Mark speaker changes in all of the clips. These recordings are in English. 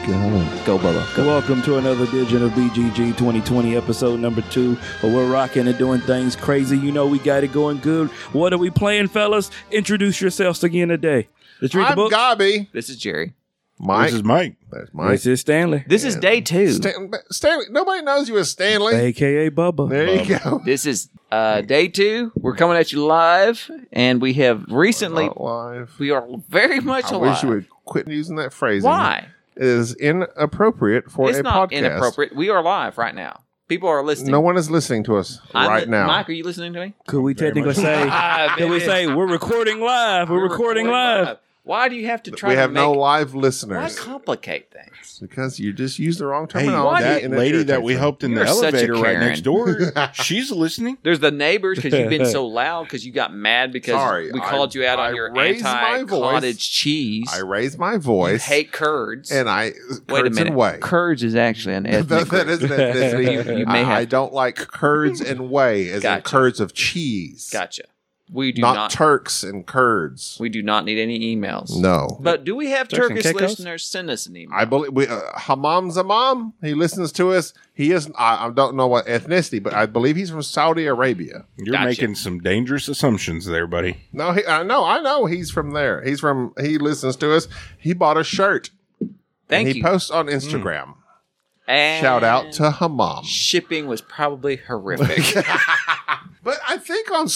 Speaker 1: Mm-hmm. Go, Bubba. Go.
Speaker 2: Welcome to another edition of BGG 2020, episode number two. But we're rocking and doing things crazy. You know we got it going good. What are we playing, fellas? Introduce yourselves again today. Let's read the
Speaker 3: I'm
Speaker 2: book.
Speaker 3: Gobby.
Speaker 1: This is Jerry.
Speaker 3: Mike.
Speaker 4: This is Mike.
Speaker 3: That's
Speaker 2: this is Stanley,
Speaker 1: This is day two.
Speaker 3: Stan- Stanley. Nobody knows you as Stanley.
Speaker 2: aka Bubba.
Speaker 3: there you go.
Speaker 1: this is uh, day two. We're coming at you live, and we have recently.
Speaker 3: Not live.
Speaker 1: We are very much
Speaker 3: Oh, I
Speaker 1: alive.
Speaker 3: wish you would quit using that phrase.
Speaker 1: Why?
Speaker 3: It is inappropriate for
Speaker 1: it's
Speaker 3: a
Speaker 1: not
Speaker 3: podcast.
Speaker 1: inappropriate. We are live right now. People are listening.
Speaker 3: No one is listening to us
Speaker 1: I'm
Speaker 3: right
Speaker 1: li-
Speaker 3: now.
Speaker 1: Mike, are you listening to me?
Speaker 2: Could we technically say?
Speaker 1: Ah,
Speaker 2: Could we
Speaker 1: it is.
Speaker 2: say we're recording live? We're, recording, live.
Speaker 1: Why do you have to try
Speaker 3: we
Speaker 1: to
Speaker 3: have
Speaker 1: make?
Speaker 3: no live
Speaker 1: why
Speaker 3: listeners
Speaker 1: complicate things?
Speaker 3: because you just used the wrong
Speaker 4: Hey,
Speaker 3: terminology.
Speaker 4: that
Speaker 3: and it
Speaker 4: lady that
Speaker 3: irritates
Speaker 4: we
Speaker 3: me.
Speaker 4: helped in the
Speaker 1: You're such a
Speaker 4: elevator right
Speaker 1: Karen.
Speaker 4: next door, she's listening.
Speaker 1: There's the neighbors because you've been so loud because you got mad because
Speaker 3: Sorry,
Speaker 1: we
Speaker 3: I-
Speaker 1: called you out
Speaker 3: I
Speaker 1: on your
Speaker 3: raised my
Speaker 1: anti
Speaker 3: voice.
Speaker 1: cottage cheese.
Speaker 3: I raised my
Speaker 1: You
Speaker 3: voice
Speaker 1: hate curds.
Speaker 3: and I
Speaker 1: Wait a
Speaker 3: curds
Speaker 1: minute.
Speaker 3: and whey.
Speaker 1: Curds is actually an ethnic
Speaker 3: that, that
Speaker 1: group.
Speaker 3: is an ethnicity.
Speaker 1: You may
Speaker 3: I,
Speaker 1: have-
Speaker 3: I don't like curds and whey as in
Speaker 1: Gotcha.
Speaker 3: curds of cheese.
Speaker 1: Gotcha. We do
Speaker 3: not,
Speaker 1: not.
Speaker 3: Turks and Kurds.
Speaker 1: we Mm. do not need any emails.
Speaker 3: No.
Speaker 1: But do we have
Speaker 2: Turks and
Speaker 1: Turkish
Speaker 2: Caicos?
Speaker 1: listeners? Send us an email.
Speaker 3: I believe we, uh, Hamam Zamam. He listens to us. He is. I, I don't know what ethnicity, but I believe he's from Saudi Arabia.
Speaker 4: You're
Speaker 1: Gotcha.
Speaker 4: making some dangerous assumptions there, buddy.
Speaker 3: No, he, I know. I know he's from there. He's from. He listens to us. He bought a shirt. and
Speaker 1: Thank
Speaker 3: he
Speaker 1: you. Mm.
Speaker 3: posts on Instagram.
Speaker 1: And
Speaker 3: Shout out to Hamam.
Speaker 1: Shipping was probably horrific.
Speaker 3: But I think on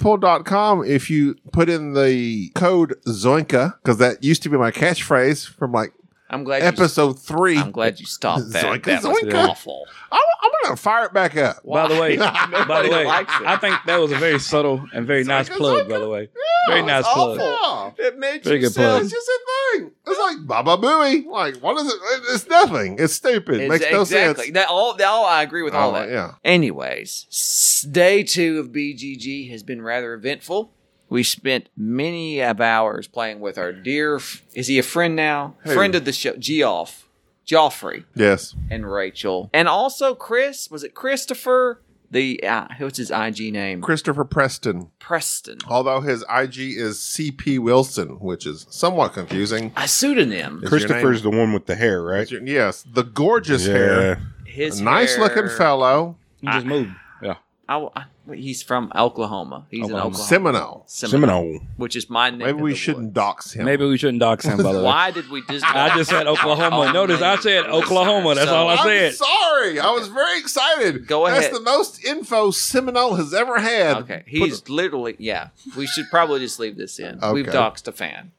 Speaker 3: sirmeeple.com, if you put in the code Zoinka, because that used to be my catchphrase from like
Speaker 1: I'm glad.
Speaker 3: episode three.
Speaker 1: You,
Speaker 3: I'm,
Speaker 1: I'm glad you stopped that.
Speaker 3: Zoinka,
Speaker 1: that was
Speaker 3: zoinka.
Speaker 1: awful.
Speaker 3: I'm gonna fire it back up.
Speaker 2: By the way, by
Speaker 1: Nobody
Speaker 2: the way,
Speaker 1: likes it.
Speaker 2: I think that was a very subtle and very nice
Speaker 3: Zoinka,
Speaker 2: plug.
Speaker 3: zoinka.
Speaker 2: By the way,
Speaker 3: Yeah,
Speaker 2: very
Speaker 3: it's
Speaker 2: nice plug.
Speaker 3: awful.
Speaker 1: It made
Speaker 2: Very
Speaker 1: you
Speaker 2: good plug.
Speaker 1: sound.
Speaker 3: It's just a thing. It's like Baba Booey. Like, what is it? It's nothing. It's stupid.
Speaker 1: It's-
Speaker 3: Makes no
Speaker 1: exactly.
Speaker 3: sense.
Speaker 1: That all, that all. I agree with all
Speaker 3: Oh,
Speaker 1: that.
Speaker 3: yeah.
Speaker 1: Anyways, s- day two of BGG has been rather eventful. We spent many of hours playing with our dear. f- Is he a friend now?
Speaker 3: Who?
Speaker 1: Friend of the show, Geoff, Joffrey,
Speaker 3: Yes.
Speaker 1: and Rachel, and also Chris. Was it Christopher? The uh, what's his IG name?
Speaker 3: Christopher Preston.
Speaker 1: Preston.
Speaker 3: Although his IG is CP Wilson, which is somewhat confusing.
Speaker 1: A pseudonym.
Speaker 3: Is your
Speaker 4: Christopher's the one with the hair, right?
Speaker 3: Yes, the gorgeous
Speaker 4: yeah.
Speaker 3: hair.
Speaker 1: His
Speaker 3: nice
Speaker 1: hair-
Speaker 3: looking fellow.
Speaker 2: You just moved. Yeah.
Speaker 1: I- I- he's from Oklahoma. He's in
Speaker 2: Oklahoma.
Speaker 1: Oklahoma.
Speaker 3: Seminole.
Speaker 4: Seminole.
Speaker 1: which is my name.
Speaker 3: Maybe we shouldn't dox him.
Speaker 2: Maybe we shouldn't dox him. By the way,
Speaker 1: Why did we just?
Speaker 2: I just said Oklahoma. Notice I said Oklahoma. That's
Speaker 1: So-
Speaker 2: all I
Speaker 3: I'm
Speaker 2: said.
Speaker 3: sorry. I was very excited.
Speaker 1: Go ahead.
Speaker 3: That's the most info Seminole has ever had.
Speaker 1: Okay, he's literally yeah. We should probably just leave this in. We've
Speaker 3: Okay.
Speaker 1: doxed a fan,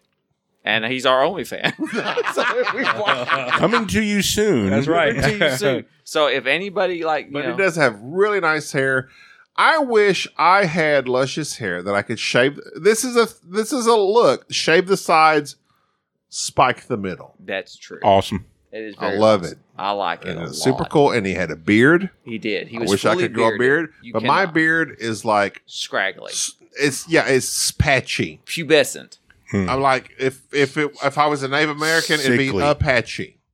Speaker 1: and he's our only fan. so, we want-
Speaker 4: Coming to you soon.
Speaker 2: That's right.
Speaker 1: too soon. So if anybody like, you
Speaker 3: But
Speaker 1: know,
Speaker 3: he does have really nice hair. I wish I had luscious hair that I could shave. This is a this is a look. Shave the sides, spike the middle.
Speaker 1: that's true.
Speaker 4: Awesome.
Speaker 1: It is.
Speaker 3: Oh, I
Speaker 1: very
Speaker 3: love
Speaker 1: nice.
Speaker 3: it.
Speaker 1: I like it.
Speaker 3: And
Speaker 1: a
Speaker 3: it's super
Speaker 1: lot.
Speaker 3: cool. And he had a beard.
Speaker 1: He did. He
Speaker 3: I
Speaker 1: was.
Speaker 3: wish I
Speaker 1: fully
Speaker 3: could grow a
Speaker 1: bearded.
Speaker 3: beard,
Speaker 1: You
Speaker 3: but my
Speaker 1: cannot.
Speaker 3: beard is like
Speaker 1: scraggly,
Speaker 3: it's yeah, it's patchy.
Speaker 1: pubescent.
Speaker 3: I'm like if if it, if I was a Native American, it'd be
Speaker 4: Sickly.
Speaker 3: Apache.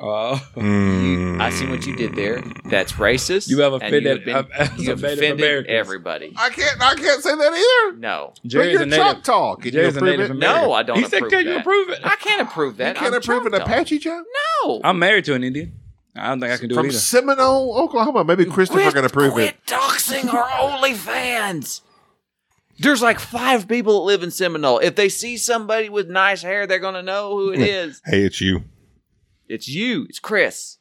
Speaker 2: Uh,
Speaker 1: You, I see what you did there.
Speaker 3: Mm.
Speaker 1: That's racist.
Speaker 2: You have
Speaker 1: and
Speaker 2: offended-
Speaker 1: You have, been-
Speaker 2: I've- I've
Speaker 1: you have
Speaker 2: offended
Speaker 1: offended
Speaker 2: Americans.
Speaker 1: everybody.
Speaker 3: I can't I can't say that either.
Speaker 1: No,
Speaker 3: But
Speaker 2: Jerry's
Speaker 3: you're
Speaker 2: a native.
Speaker 3: Choctaw. Can you
Speaker 2: Jerry's a
Speaker 3: approve
Speaker 2: native
Speaker 3: it?
Speaker 2: American.
Speaker 1: no, I don't.
Speaker 2: He said,
Speaker 1: approve
Speaker 2: "Can
Speaker 1: that.
Speaker 2: you approve it?"
Speaker 1: I can't approve that.
Speaker 3: You can't
Speaker 1: I'm
Speaker 3: approve an
Speaker 1: Choctaw.
Speaker 3: Apache joke?
Speaker 1: No,
Speaker 2: I'm married to an Indian. I don't think I can do
Speaker 3: From
Speaker 2: it either.
Speaker 3: Seminole, Oklahoma. Maybe Christopher
Speaker 1: Quit-
Speaker 3: can approve it.
Speaker 1: Quit doxing our OnlyFans. There's like five people that live in Seminole. If they see somebody with nice hair, they're gonna know who it is.
Speaker 4: Hey, it's you.
Speaker 1: It's you. It's Chris.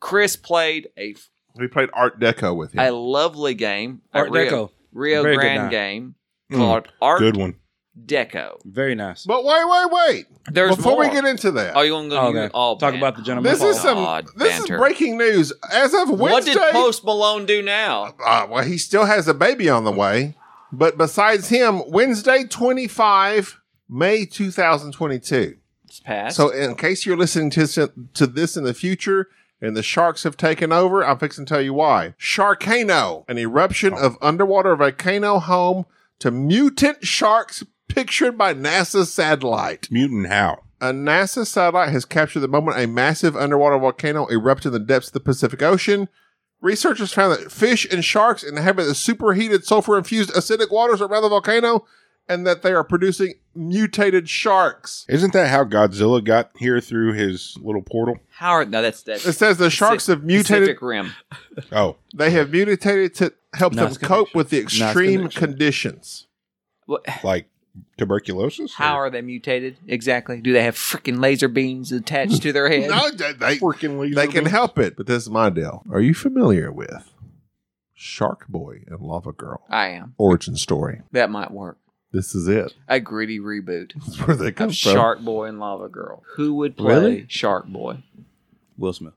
Speaker 1: Chris played a
Speaker 3: We played Art Deco with him.
Speaker 1: a lovely game, a
Speaker 2: Art
Speaker 1: Rio,
Speaker 2: Deco.
Speaker 1: Rio
Speaker 2: Very good
Speaker 1: Grande
Speaker 2: night.
Speaker 1: game
Speaker 3: Hmm.
Speaker 4: Mm,
Speaker 1: called Art
Speaker 4: Good one.
Speaker 1: Deco.
Speaker 2: Very nice.
Speaker 3: but wait, wait, wait!
Speaker 1: There's
Speaker 3: Before we
Speaker 1: more.
Speaker 3: get into that,
Speaker 1: oh, you want to go
Speaker 2: Okay.
Speaker 1: to all
Speaker 2: Talk
Speaker 1: ban-
Speaker 2: about the gentleman
Speaker 3: this is some
Speaker 1: God,
Speaker 3: this
Speaker 1: banter.
Speaker 3: is breaking news as of Wednesday.
Speaker 1: What did Post Malone do now?
Speaker 3: uh, well, he still has a baby on the way. But besides him, Wednesday, 25 May 2022.
Speaker 1: It's passed.
Speaker 3: So, in case you're listening to, this- to this in the future and the sharks have taken over, I'm fixing to tell you why. Sharkano, an eruption of underwater volcano home to mutant sharks pictured by NASA satellite.
Speaker 4: Mutant how?
Speaker 3: A NASA satellite has captured the moment a massive underwater volcano erupted in the depths of the Pacific Ocean. Researchers found that fish and sharks inhabit the superheated, sulfur infused acidic waters around the volcano and that they are producing mutated sharks.
Speaker 4: Isn't that how Godzilla got here through his little portal?
Speaker 1: Howard, no, that's that's
Speaker 3: It says the sharks have mutated,
Speaker 1: Pacific Rim.
Speaker 4: Oh,
Speaker 3: they have mutated to help
Speaker 2: Nice
Speaker 3: them cope
Speaker 2: connection.
Speaker 3: with the
Speaker 2: Nice
Speaker 3: extreme
Speaker 2: connection.
Speaker 3: conditions.
Speaker 1: What-
Speaker 4: like tuberculosis?
Speaker 1: How are they mutated exactly? Do they have freaking laser beams attached to their head?
Speaker 3: No, they, they-
Speaker 4: Freaking laser
Speaker 3: they can
Speaker 4: beam.
Speaker 3: help it, but this is my deal. Are you familiar with Shark Boy and Lava Girl?
Speaker 1: I am.
Speaker 3: Origin story.
Speaker 1: That might work.
Speaker 3: This is it.
Speaker 1: A gritty reboot
Speaker 3: That's where they come
Speaker 1: of
Speaker 3: from.
Speaker 1: Shark Boy and Lava Girl. Who would play
Speaker 2: Really?
Speaker 1: Shark Boy?
Speaker 2: Will Smith.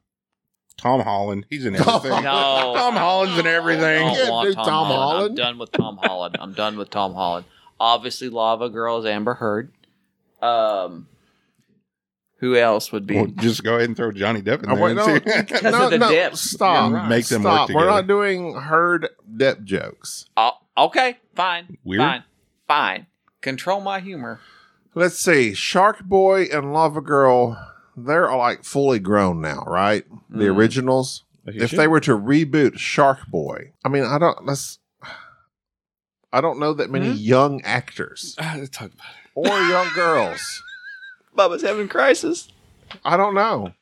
Speaker 4: Tom Holland. He's in
Speaker 3: Tom
Speaker 4: everything.
Speaker 1: No.
Speaker 4: Tom Holland's in everything.
Speaker 1: I
Speaker 3: Yeah,
Speaker 1: don't want
Speaker 3: dude,
Speaker 1: Tom,
Speaker 3: Tom
Speaker 1: Holland. I'm
Speaker 3: Holland.
Speaker 1: done with Tom Holland. I'm done with Tom Holland. Obviously, Lava Girl is Amber Heard. Um, who else would be?
Speaker 4: Well, just go ahead and throw Johnny Depp in
Speaker 3: Oh,
Speaker 4: there.
Speaker 3: wait,
Speaker 4: and
Speaker 3: no,
Speaker 4: see-
Speaker 3: you can't- no,
Speaker 1: of the
Speaker 3: no,
Speaker 1: depth.
Speaker 3: Stop.
Speaker 4: Yeah, right. Make them work
Speaker 3: Stop. We're
Speaker 4: together.
Speaker 3: not doing herd depth jokes.
Speaker 1: Oh, okay, fine,
Speaker 4: Weird.
Speaker 1: fine, fine. Control my humor.
Speaker 3: Let's see. Shark Boy and Lava Girl, they're uh, like fully grown now, right? The
Speaker 4: Mm-hmm.
Speaker 1: Mm.
Speaker 3: originals. if they were to reboot Shark Boy, I mean, I don't. Let's. I don't know that many
Speaker 4: Mm-hmm.
Speaker 3: young actors
Speaker 2: talk about
Speaker 3: or young girls.
Speaker 1: Bubba's having crisis.
Speaker 3: I don't know.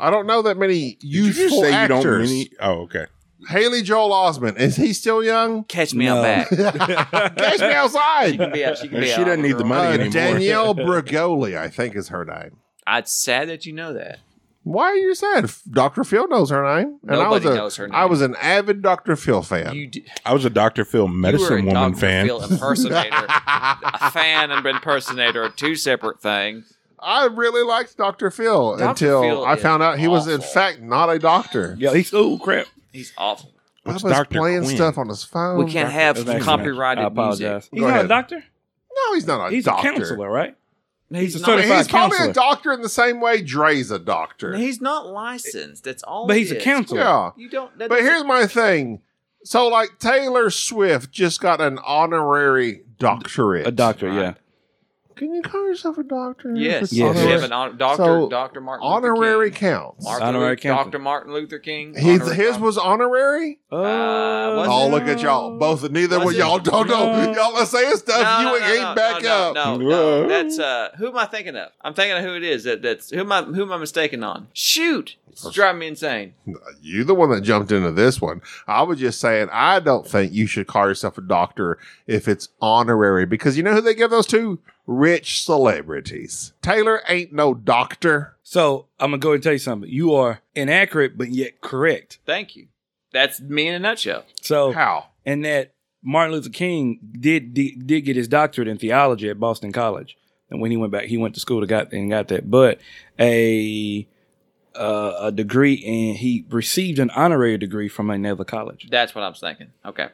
Speaker 3: I don't know that many youthful actors.
Speaker 4: mini- Oh, okay.
Speaker 3: Haley Joel Osment is he still young?
Speaker 1: Catch me
Speaker 2: No.
Speaker 1: out back. She
Speaker 3: Catch me outside.
Speaker 1: can be out. She can
Speaker 4: And
Speaker 1: be
Speaker 4: she
Speaker 1: out.
Speaker 4: doesn't need the money
Speaker 3: Uh,
Speaker 4: anymore.
Speaker 3: Danielle Bragoli, I think, is her name.
Speaker 1: It's sad that you know that.
Speaker 3: Why are you sad? F- Dr. Phil knows her name. I was
Speaker 1: Nobody
Speaker 3: a,
Speaker 1: knows her name.
Speaker 3: I was an avid Dr. Phil fan.
Speaker 1: You, d-
Speaker 4: I was a Dr. Phil
Speaker 1: you were
Speaker 4: medicine
Speaker 1: a
Speaker 4: woman
Speaker 1: Dr.
Speaker 4: fan.
Speaker 1: Phil impersonator. a fan and impersonator are two separate things.
Speaker 3: I really liked Dr. Phil
Speaker 1: Dr.
Speaker 3: until
Speaker 1: Phil
Speaker 3: I
Speaker 1: is
Speaker 3: found out he was, in
Speaker 1: awful.
Speaker 3: fact, not a doctor.
Speaker 2: Yeah, he's oh crap.
Speaker 1: He's awful.
Speaker 3: I was
Speaker 4: What's Dr.
Speaker 3: playing
Speaker 4: Quinn?
Speaker 3: stuff on his phone.
Speaker 1: We can't have
Speaker 2: Thanks, man. I
Speaker 1: copyrighted music.
Speaker 2: apologize. He's
Speaker 3: Go
Speaker 2: not
Speaker 3: ahead.
Speaker 2: a doctor.
Speaker 3: No, he's not a
Speaker 2: He's
Speaker 3: doctor.
Speaker 2: a counselor, right? He's a
Speaker 1: not-
Speaker 3: I mean,
Speaker 2: certified
Speaker 3: he's probably
Speaker 2: counselor.
Speaker 3: a doctor in the same way Dre's a doctor.
Speaker 1: He's not licensed. That's all.
Speaker 2: But he's
Speaker 1: he
Speaker 2: a
Speaker 1: is.
Speaker 2: counselor.
Speaker 3: yeah.
Speaker 1: You don't. that
Speaker 3: But
Speaker 1: doesn't-
Speaker 3: here's my thing. So, like, Taylor Swift just got an honorary doctorate.
Speaker 2: A doctor, yeah.
Speaker 3: Can you call yourself a doctor?
Speaker 1: Yes.
Speaker 3: It's
Speaker 2: Yes.
Speaker 1: You
Speaker 3: honorary.
Speaker 1: have an hon- doctor.
Speaker 3: So,
Speaker 1: Doctor Martin.
Speaker 3: honorary
Speaker 1: Luther King.
Speaker 3: counts.
Speaker 1: Martin
Speaker 2: Honorary
Speaker 1: Luther-
Speaker 2: counselor.
Speaker 1: Doctor Martin Luther King.
Speaker 3: His,
Speaker 1: honorary
Speaker 3: his
Speaker 1: doctor.
Speaker 3: was honorary.
Speaker 1: Uh,
Speaker 3: Oh,
Speaker 1: Was
Speaker 3: look at y'all. Both neither
Speaker 1: Was
Speaker 3: one
Speaker 1: it?
Speaker 3: y'all don't know.
Speaker 2: No.
Speaker 3: Y'all are saying stuff
Speaker 1: No,
Speaker 3: you
Speaker 1: no, no,
Speaker 3: ain't
Speaker 1: no,
Speaker 3: back
Speaker 1: no,
Speaker 3: up.
Speaker 1: No, no,
Speaker 4: Whoa.
Speaker 1: that's uh, who am I thinking of? I'm thinking of who it is. That that's who am I who am I mistaken on? Shoot, it's driving me insane.
Speaker 3: You the one that jumped into this one. I was just saying I don't think you should call yourself a doctor if it's honorary because you know who they give those to? Rich celebrities. Taylor ain't no doctor.
Speaker 2: So I'm gonna go and tell you something. You are inaccurate, but yet correct.
Speaker 1: Thank you. That's me in a nutshell.
Speaker 2: So
Speaker 3: How?
Speaker 2: and that Martin Luther King did, did did get his doctorate in theology at Boston College, and when he went back, he went to school to got and got that, but a uh, a degree and he received an honorary degree from another college.
Speaker 1: That's what I'm thinking. Okay,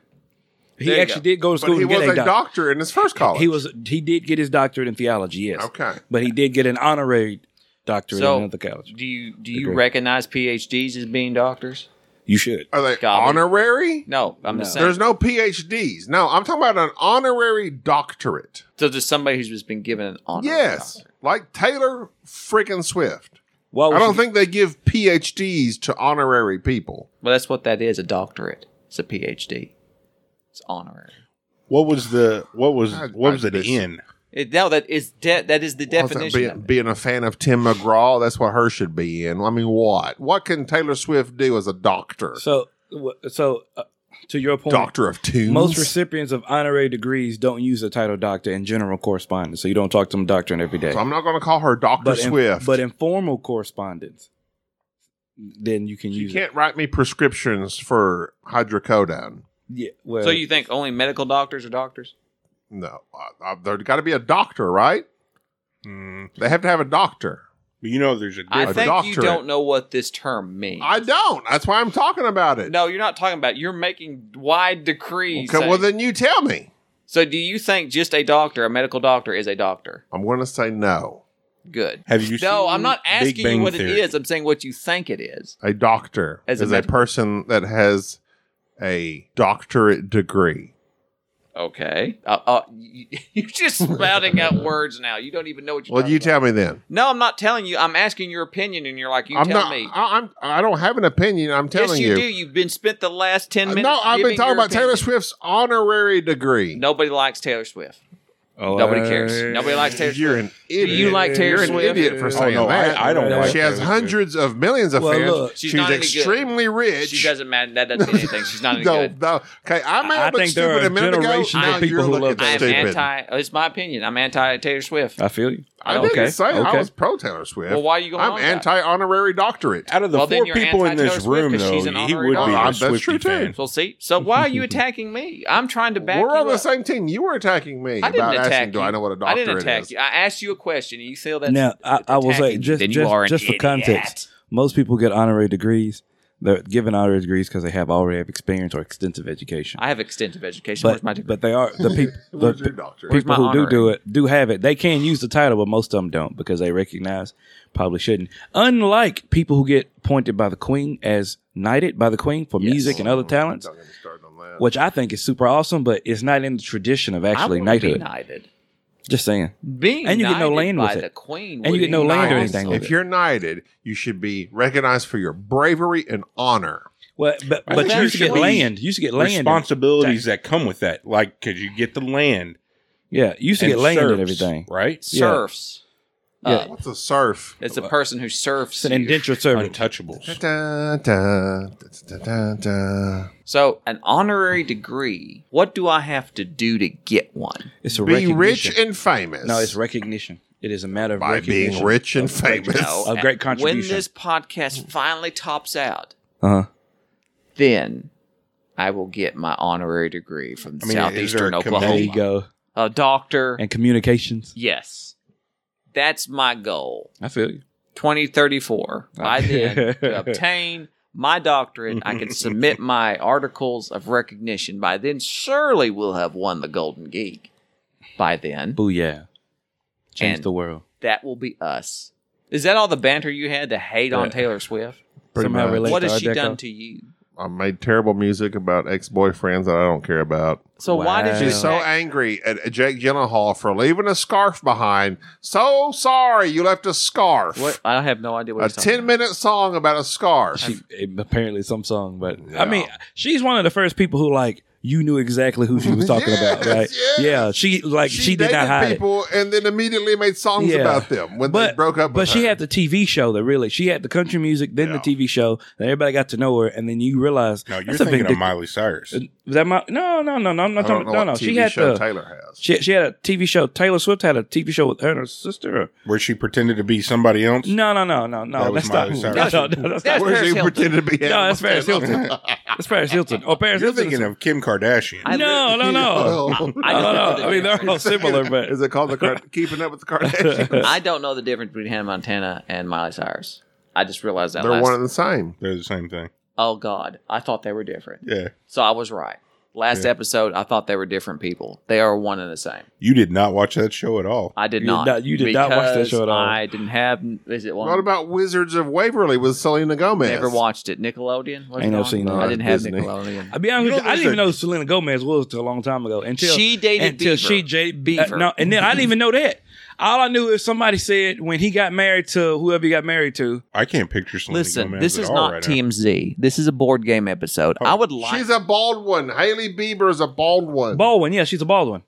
Speaker 2: He
Speaker 1: There you
Speaker 2: actually
Speaker 1: go.
Speaker 2: did go to
Speaker 3: But
Speaker 2: school
Speaker 3: he
Speaker 2: to
Speaker 3: was
Speaker 2: get
Speaker 3: a
Speaker 2: a doctorate.
Speaker 3: doctor in his first college.
Speaker 2: He was he did get his doctorate in theology, yes,
Speaker 3: Okay.
Speaker 2: but he did get an honorary doctorate
Speaker 1: So-
Speaker 2: in another college.
Speaker 1: do you do you
Speaker 2: Agree.
Speaker 1: recognize PhDs as being doctors?
Speaker 2: You should.
Speaker 3: Are they
Speaker 1: Goblin.
Speaker 3: honorary?
Speaker 1: No, I'm just
Speaker 2: No.
Speaker 1: saying.
Speaker 3: There's no PhDs. No, I'm talking about an honorary doctorate.
Speaker 1: so there's somebody who's just been given an honor.
Speaker 3: Yes, like Taylor freaking Swift.
Speaker 2: Why
Speaker 3: I
Speaker 2: would
Speaker 3: don't
Speaker 2: you-
Speaker 3: think they give PhDs to honorary people.
Speaker 1: Well, that's what that is. A doctorate. It's a PhD. It's honorary.
Speaker 4: What was the what was
Speaker 3: God,
Speaker 4: what was
Speaker 3: I-
Speaker 4: it
Speaker 3: this-
Speaker 4: in?
Speaker 1: It, no, that is de- that is the
Speaker 3: Well, it's
Speaker 1: definition.
Speaker 3: Being,
Speaker 1: of it.
Speaker 3: being a fan of Tim McGraw, that's what her should be in. I mean, what? What can Taylor Swift do as a doctor?
Speaker 2: So, wh- so uh, to your point,
Speaker 3: Doctor of Tunes.
Speaker 2: most recipients of honorary degrees don't use the title doctor in general correspondence, so you don't talk to them doctor in every day.
Speaker 3: so I'm not going to call her Doctor
Speaker 2: but in,
Speaker 3: Swift.
Speaker 2: but in formal correspondence, then you can
Speaker 3: you
Speaker 2: use it.
Speaker 3: can't write me prescriptions for hydrocodone.
Speaker 2: Yeah, well,
Speaker 1: So you think only medical doctors are doctors?
Speaker 3: No, I, I, there's got to be a doctor, right?
Speaker 2: Hmm.
Speaker 4: Mm.
Speaker 3: They have to have a doctor.
Speaker 4: But you know, there's a
Speaker 1: I
Speaker 3: A
Speaker 4: difference.
Speaker 1: think you
Speaker 3: doctorate.
Speaker 1: don't know what this term means.
Speaker 3: I don't. That's why I'm talking about it.
Speaker 1: no, you're not talking about. You're making wide decrees.
Speaker 3: Okay, well
Speaker 1: saying-
Speaker 3: then you tell me.
Speaker 1: so do you think just a doctor, a medical doctor, is a doctor?
Speaker 3: I'm going to say no.
Speaker 1: Good.
Speaker 4: Have you?
Speaker 1: No,
Speaker 4: seen
Speaker 1: I'm not
Speaker 4: Big
Speaker 1: asking you
Speaker 4: Bang
Speaker 1: what
Speaker 4: Theory?
Speaker 1: it is. I'm saying what you think it is.
Speaker 3: A doctor
Speaker 1: As a
Speaker 3: is a,
Speaker 1: med-
Speaker 3: person that has a doctorate degree.
Speaker 1: Okay. Uh, uh, you, you're just spouting out words now. You don't even know what you're.
Speaker 3: Well,
Speaker 1: talking
Speaker 3: you
Speaker 1: about.
Speaker 3: tell me then.
Speaker 1: No, I'm not telling you. I'm asking your opinion, and you're like, you
Speaker 3: I'm
Speaker 1: tell
Speaker 3: not.
Speaker 1: me.
Speaker 3: I, I'm. I don't have an opinion. I'm telling Uh,
Speaker 1: yes, you, do. You've been spent the last ten minutes.
Speaker 3: no, I've been
Speaker 1: giving
Speaker 3: talking
Speaker 1: your
Speaker 3: about Taylor
Speaker 1: opinion.
Speaker 3: Swift's honorary degree.
Speaker 1: Nobody likes Taylor Swift.
Speaker 2: Oh,
Speaker 1: Nobody
Speaker 2: uh,
Speaker 1: cares. Nobody likes Taylor
Speaker 3: You're
Speaker 1: Swift.
Speaker 3: an idiot.
Speaker 1: you like Taylor
Speaker 3: You're an
Speaker 1: Swift?
Speaker 3: idiot for
Speaker 2: Oh,
Speaker 3: saying
Speaker 4: no, I-
Speaker 3: that.
Speaker 4: I don't
Speaker 2: like
Speaker 3: She
Speaker 4: Taylor
Speaker 3: has
Speaker 4: Swift.
Speaker 3: hundreds of millions of
Speaker 2: Well,
Speaker 3: fans.
Speaker 2: look,
Speaker 1: She's
Speaker 3: she's
Speaker 1: not any good.
Speaker 3: extremely rich.
Speaker 1: She doesn't matter. That doesn't mean anything. She's not any
Speaker 3: no,
Speaker 1: good.
Speaker 3: no. Okay, I may
Speaker 2: I
Speaker 3: have been
Speaker 2: think there
Speaker 3: stupid
Speaker 2: are
Speaker 3: a minute ago.
Speaker 2: generations
Speaker 3: Now
Speaker 1: of
Speaker 3: you're
Speaker 2: people who love
Speaker 3: looking
Speaker 1: I am
Speaker 3: stupid.
Speaker 1: anti. uh, It's my opinion. I'm anti Taylor Swift.
Speaker 2: I feel you.
Speaker 3: I didn't
Speaker 2: Okay,
Speaker 3: say I
Speaker 2: okay.
Speaker 3: was pro Taylor Swift.
Speaker 1: Well, why are you going
Speaker 3: I'm
Speaker 1: on about it?
Speaker 3: anti honorary doctorate.
Speaker 4: Out of the
Speaker 1: Well, then
Speaker 4: four
Speaker 1: you're
Speaker 4: people in
Speaker 1: anti-Taylor
Speaker 4: this
Speaker 1: Swift
Speaker 4: room,
Speaker 1: 'cause
Speaker 4: though,
Speaker 1: she's an
Speaker 4: he
Speaker 1: honorary
Speaker 4: would be
Speaker 3: doctor.
Speaker 4: a
Speaker 3: That's
Speaker 4: Swiftie
Speaker 3: true, too.
Speaker 4: fan.
Speaker 1: Well, see. So why are you attacking me? I'm trying to back.
Speaker 3: We're
Speaker 1: you
Speaker 3: on the
Speaker 1: up.
Speaker 3: same team. You were attacking me
Speaker 1: I didn't
Speaker 3: about
Speaker 1: attack
Speaker 3: asking,
Speaker 1: you.
Speaker 3: do I know what a
Speaker 1: I
Speaker 3: doctorate
Speaker 1: didn't attack
Speaker 3: is?
Speaker 1: you. I asked you a question, and you feel that.
Speaker 2: Now, I, I will say, just
Speaker 1: then you
Speaker 2: just,
Speaker 1: are an
Speaker 2: just for
Speaker 1: idiot.
Speaker 2: context, most people get honorary degrees. They're given honorary degrees because they have already have experience or extensive education.
Speaker 1: I have extensive education.
Speaker 2: but
Speaker 1: Where's my degree?
Speaker 2: but they are the people.
Speaker 3: Where's your
Speaker 2: the,
Speaker 3: doctorate?
Speaker 1: Where's
Speaker 2: people who
Speaker 1: my
Speaker 2: do
Speaker 1: honorary?
Speaker 2: do it do have it. They can use the title, but most of them don't because they recognize probably shouldn't. Unlike people who get appointed by the queen as knighted by the queen for
Speaker 1: Yes.
Speaker 2: music and other
Speaker 3: Oh,
Speaker 2: talents,
Speaker 3: Don't get me started on that.
Speaker 2: which I think is super awesome, but it's not in the tradition of actually
Speaker 1: I wanna
Speaker 2: knighthood.
Speaker 1: Be knighted.
Speaker 2: Just saying.
Speaker 1: Being
Speaker 2: And you get no
Speaker 1: knighted
Speaker 2: land
Speaker 1: by
Speaker 2: with it.
Speaker 1: the queen,
Speaker 2: And you
Speaker 1: would
Speaker 2: get no
Speaker 1: be
Speaker 2: land or
Speaker 1: awesome.
Speaker 2: anything. with
Speaker 3: If
Speaker 2: it.
Speaker 3: you're knighted, you should be recognized for your bravery and honor.
Speaker 2: Well, but,
Speaker 4: I
Speaker 2: but
Speaker 4: think
Speaker 2: you
Speaker 4: there
Speaker 2: used to
Speaker 4: should
Speaker 2: get
Speaker 4: be
Speaker 2: land. You used to get land. and-
Speaker 4: Responsibilities that come with that, like because you get the land,
Speaker 2: Yeah, you used to get
Speaker 4: and
Speaker 2: land and
Speaker 4: serfs,
Speaker 2: everything.
Speaker 4: right?
Speaker 2: Yeah.
Speaker 1: Serfs.
Speaker 2: Yeah.
Speaker 1: Uh,
Speaker 3: What's a surf?
Speaker 1: it's a person who serfs.
Speaker 2: It's an
Speaker 1: you.
Speaker 2: indentured servant.
Speaker 4: Untouchables.
Speaker 3: Da, da, da, da, da.
Speaker 1: So, an honorary degree. What do I have to do to get one?
Speaker 2: It's a
Speaker 3: Be
Speaker 2: recognition.
Speaker 3: rich and famous.
Speaker 2: no, it's recognition. It is a matter of
Speaker 3: by
Speaker 2: recognition.
Speaker 3: being rich and famous.
Speaker 1: No,
Speaker 2: A great
Speaker 1: and When
Speaker 2: contribution.
Speaker 1: this podcast finally tops out,
Speaker 2: Uh huh.
Speaker 1: then I will get my honorary degree from
Speaker 4: I mean, is
Speaker 1: southeastern
Speaker 4: there a
Speaker 3: Oh
Speaker 1: Oklahoma.
Speaker 2: There you go.
Speaker 1: A doctor.
Speaker 2: And communications.
Speaker 1: yes, that's my goal.
Speaker 2: I feel you.
Speaker 1: 2034. I then to obtain my doctorate. I can submit my articles of recognition. By then, surely we'll have won the Golden Geek. By then,
Speaker 2: Booyah. Change
Speaker 1: And-
Speaker 2: the world.
Speaker 1: that will be us. Is that all the banter you had to hate on
Speaker 2: Yeah.
Speaker 1: Taylor Swift?
Speaker 3: Pretty
Speaker 2: Somehow
Speaker 3: much.
Speaker 2: relate
Speaker 1: what
Speaker 2: to
Speaker 1: has
Speaker 2: Art
Speaker 1: she
Speaker 2: Deco.
Speaker 1: done to you?
Speaker 3: I made terrible music about ex boyfriends that I don't care about.
Speaker 1: So why did you
Speaker 2: Wow.
Speaker 3: She's so
Speaker 1: attack-
Speaker 3: angry at Jake Gyllenhaal for leaving a scarf behind. So sorry you left a scarf.
Speaker 1: What? I have no idea what
Speaker 3: A
Speaker 1: he's talking
Speaker 3: 10 minute song about a scarf.
Speaker 2: She it- apparently some song, but
Speaker 3: Yeah.
Speaker 2: I mean, she's one of the first people who like you knew exactly who she was talking about,
Speaker 3: Yes,
Speaker 2: right?
Speaker 3: yes.
Speaker 2: Yeah, she like she, did not
Speaker 3: dated
Speaker 2: hide it.
Speaker 3: people and then immediately made songs
Speaker 2: Yeah.
Speaker 3: about them when they broke up.
Speaker 2: But
Speaker 3: with
Speaker 2: she
Speaker 3: her.
Speaker 2: had the TV show that really she had the country music, then
Speaker 3: Yeah.
Speaker 2: the TV show, and everybody got to know her, and then you realize
Speaker 4: No, you're
Speaker 2: that's a
Speaker 4: thinking
Speaker 2: big
Speaker 4: of
Speaker 2: dick-
Speaker 4: Miley Cyrus.
Speaker 2: Uh, that my no no no no I'm
Speaker 3: I
Speaker 2: not
Speaker 3: don't
Speaker 2: talking
Speaker 3: know
Speaker 2: no
Speaker 3: what
Speaker 2: no
Speaker 3: TV
Speaker 2: she had
Speaker 3: show
Speaker 2: the
Speaker 3: Taylor has.
Speaker 2: she, she had a TV show Taylor Swift had a TV show with her and her sister or,
Speaker 4: where she pretended to be somebody else.
Speaker 2: no no no no no
Speaker 4: That was
Speaker 2: that's not
Speaker 4: Miley
Speaker 2: no,
Speaker 4: Cyrus.
Speaker 2: no, no, that's not
Speaker 1: That's-
Speaker 3: Where
Speaker 1: Paris
Speaker 3: she
Speaker 1: Hilton.
Speaker 3: pretended to be
Speaker 2: No, that's
Speaker 3: Hannibal
Speaker 2: Paris Hilton.
Speaker 3: Taylor.
Speaker 2: that's Paris Hilton or Paris
Speaker 4: You're
Speaker 2: Hilton is-
Speaker 4: thinking of Kim Kardashian.
Speaker 1: I-
Speaker 2: no no no
Speaker 3: Well,
Speaker 1: I
Speaker 2: I
Speaker 1: don't
Speaker 2: don't
Speaker 1: know.
Speaker 2: know I mean they're all similar but
Speaker 3: is it called the Kar- Keeping Up with the Kardashians?
Speaker 1: I don't know the difference between Hannah Montana and Miley Cyrus. I just realized that.
Speaker 3: They're
Speaker 1: last-
Speaker 3: one and the same.
Speaker 4: They're the same thing.
Speaker 1: oh God, I thought they were different.
Speaker 4: Yeah,
Speaker 1: So I was right. Last
Speaker 4: Yeah.
Speaker 1: episode, I thought they were different people. They are one and the same.
Speaker 4: you did not watch that show at all.
Speaker 1: I did
Speaker 2: You did
Speaker 1: not.
Speaker 2: not- you did not watch that
Speaker 1: because
Speaker 2: show at all.
Speaker 1: I didn't have. Is it one?
Speaker 3: What about Wizards of Waverly with Selena Gomez?
Speaker 1: Never watched it. Nickelodeon. Was
Speaker 2: Ain't
Speaker 1: it
Speaker 2: no
Speaker 1: on?
Speaker 2: seen that.
Speaker 1: I didn't have
Speaker 3: Disney.
Speaker 2: I'll
Speaker 1: Nickelodeon.
Speaker 2: be honest
Speaker 4: You
Speaker 2: with you
Speaker 4: know,
Speaker 2: I didn't
Speaker 4: there's
Speaker 2: even
Speaker 4: a-
Speaker 2: know Selena Gomez was until a long time ago until
Speaker 1: She dated
Speaker 2: until
Speaker 1: Beaver.
Speaker 2: she J- Beaver.
Speaker 1: Beaver.
Speaker 2: no, and then I didn't even know that. All I knew is somebody said when he got married to whoever he got married to.
Speaker 4: I can't picture Selena
Speaker 1: Listen,
Speaker 4: Gomez
Speaker 1: this
Speaker 4: at
Speaker 1: is
Speaker 4: all
Speaker 1: not
Speaker 4: right Oh, now.
Speaker 1: TMZ. This is a board game episode. I would like.
Speaker 3: She's a bald one. Haley Bieber is a bald one.
Speaker 2: Baldwin, yeah, she's a Baldwin.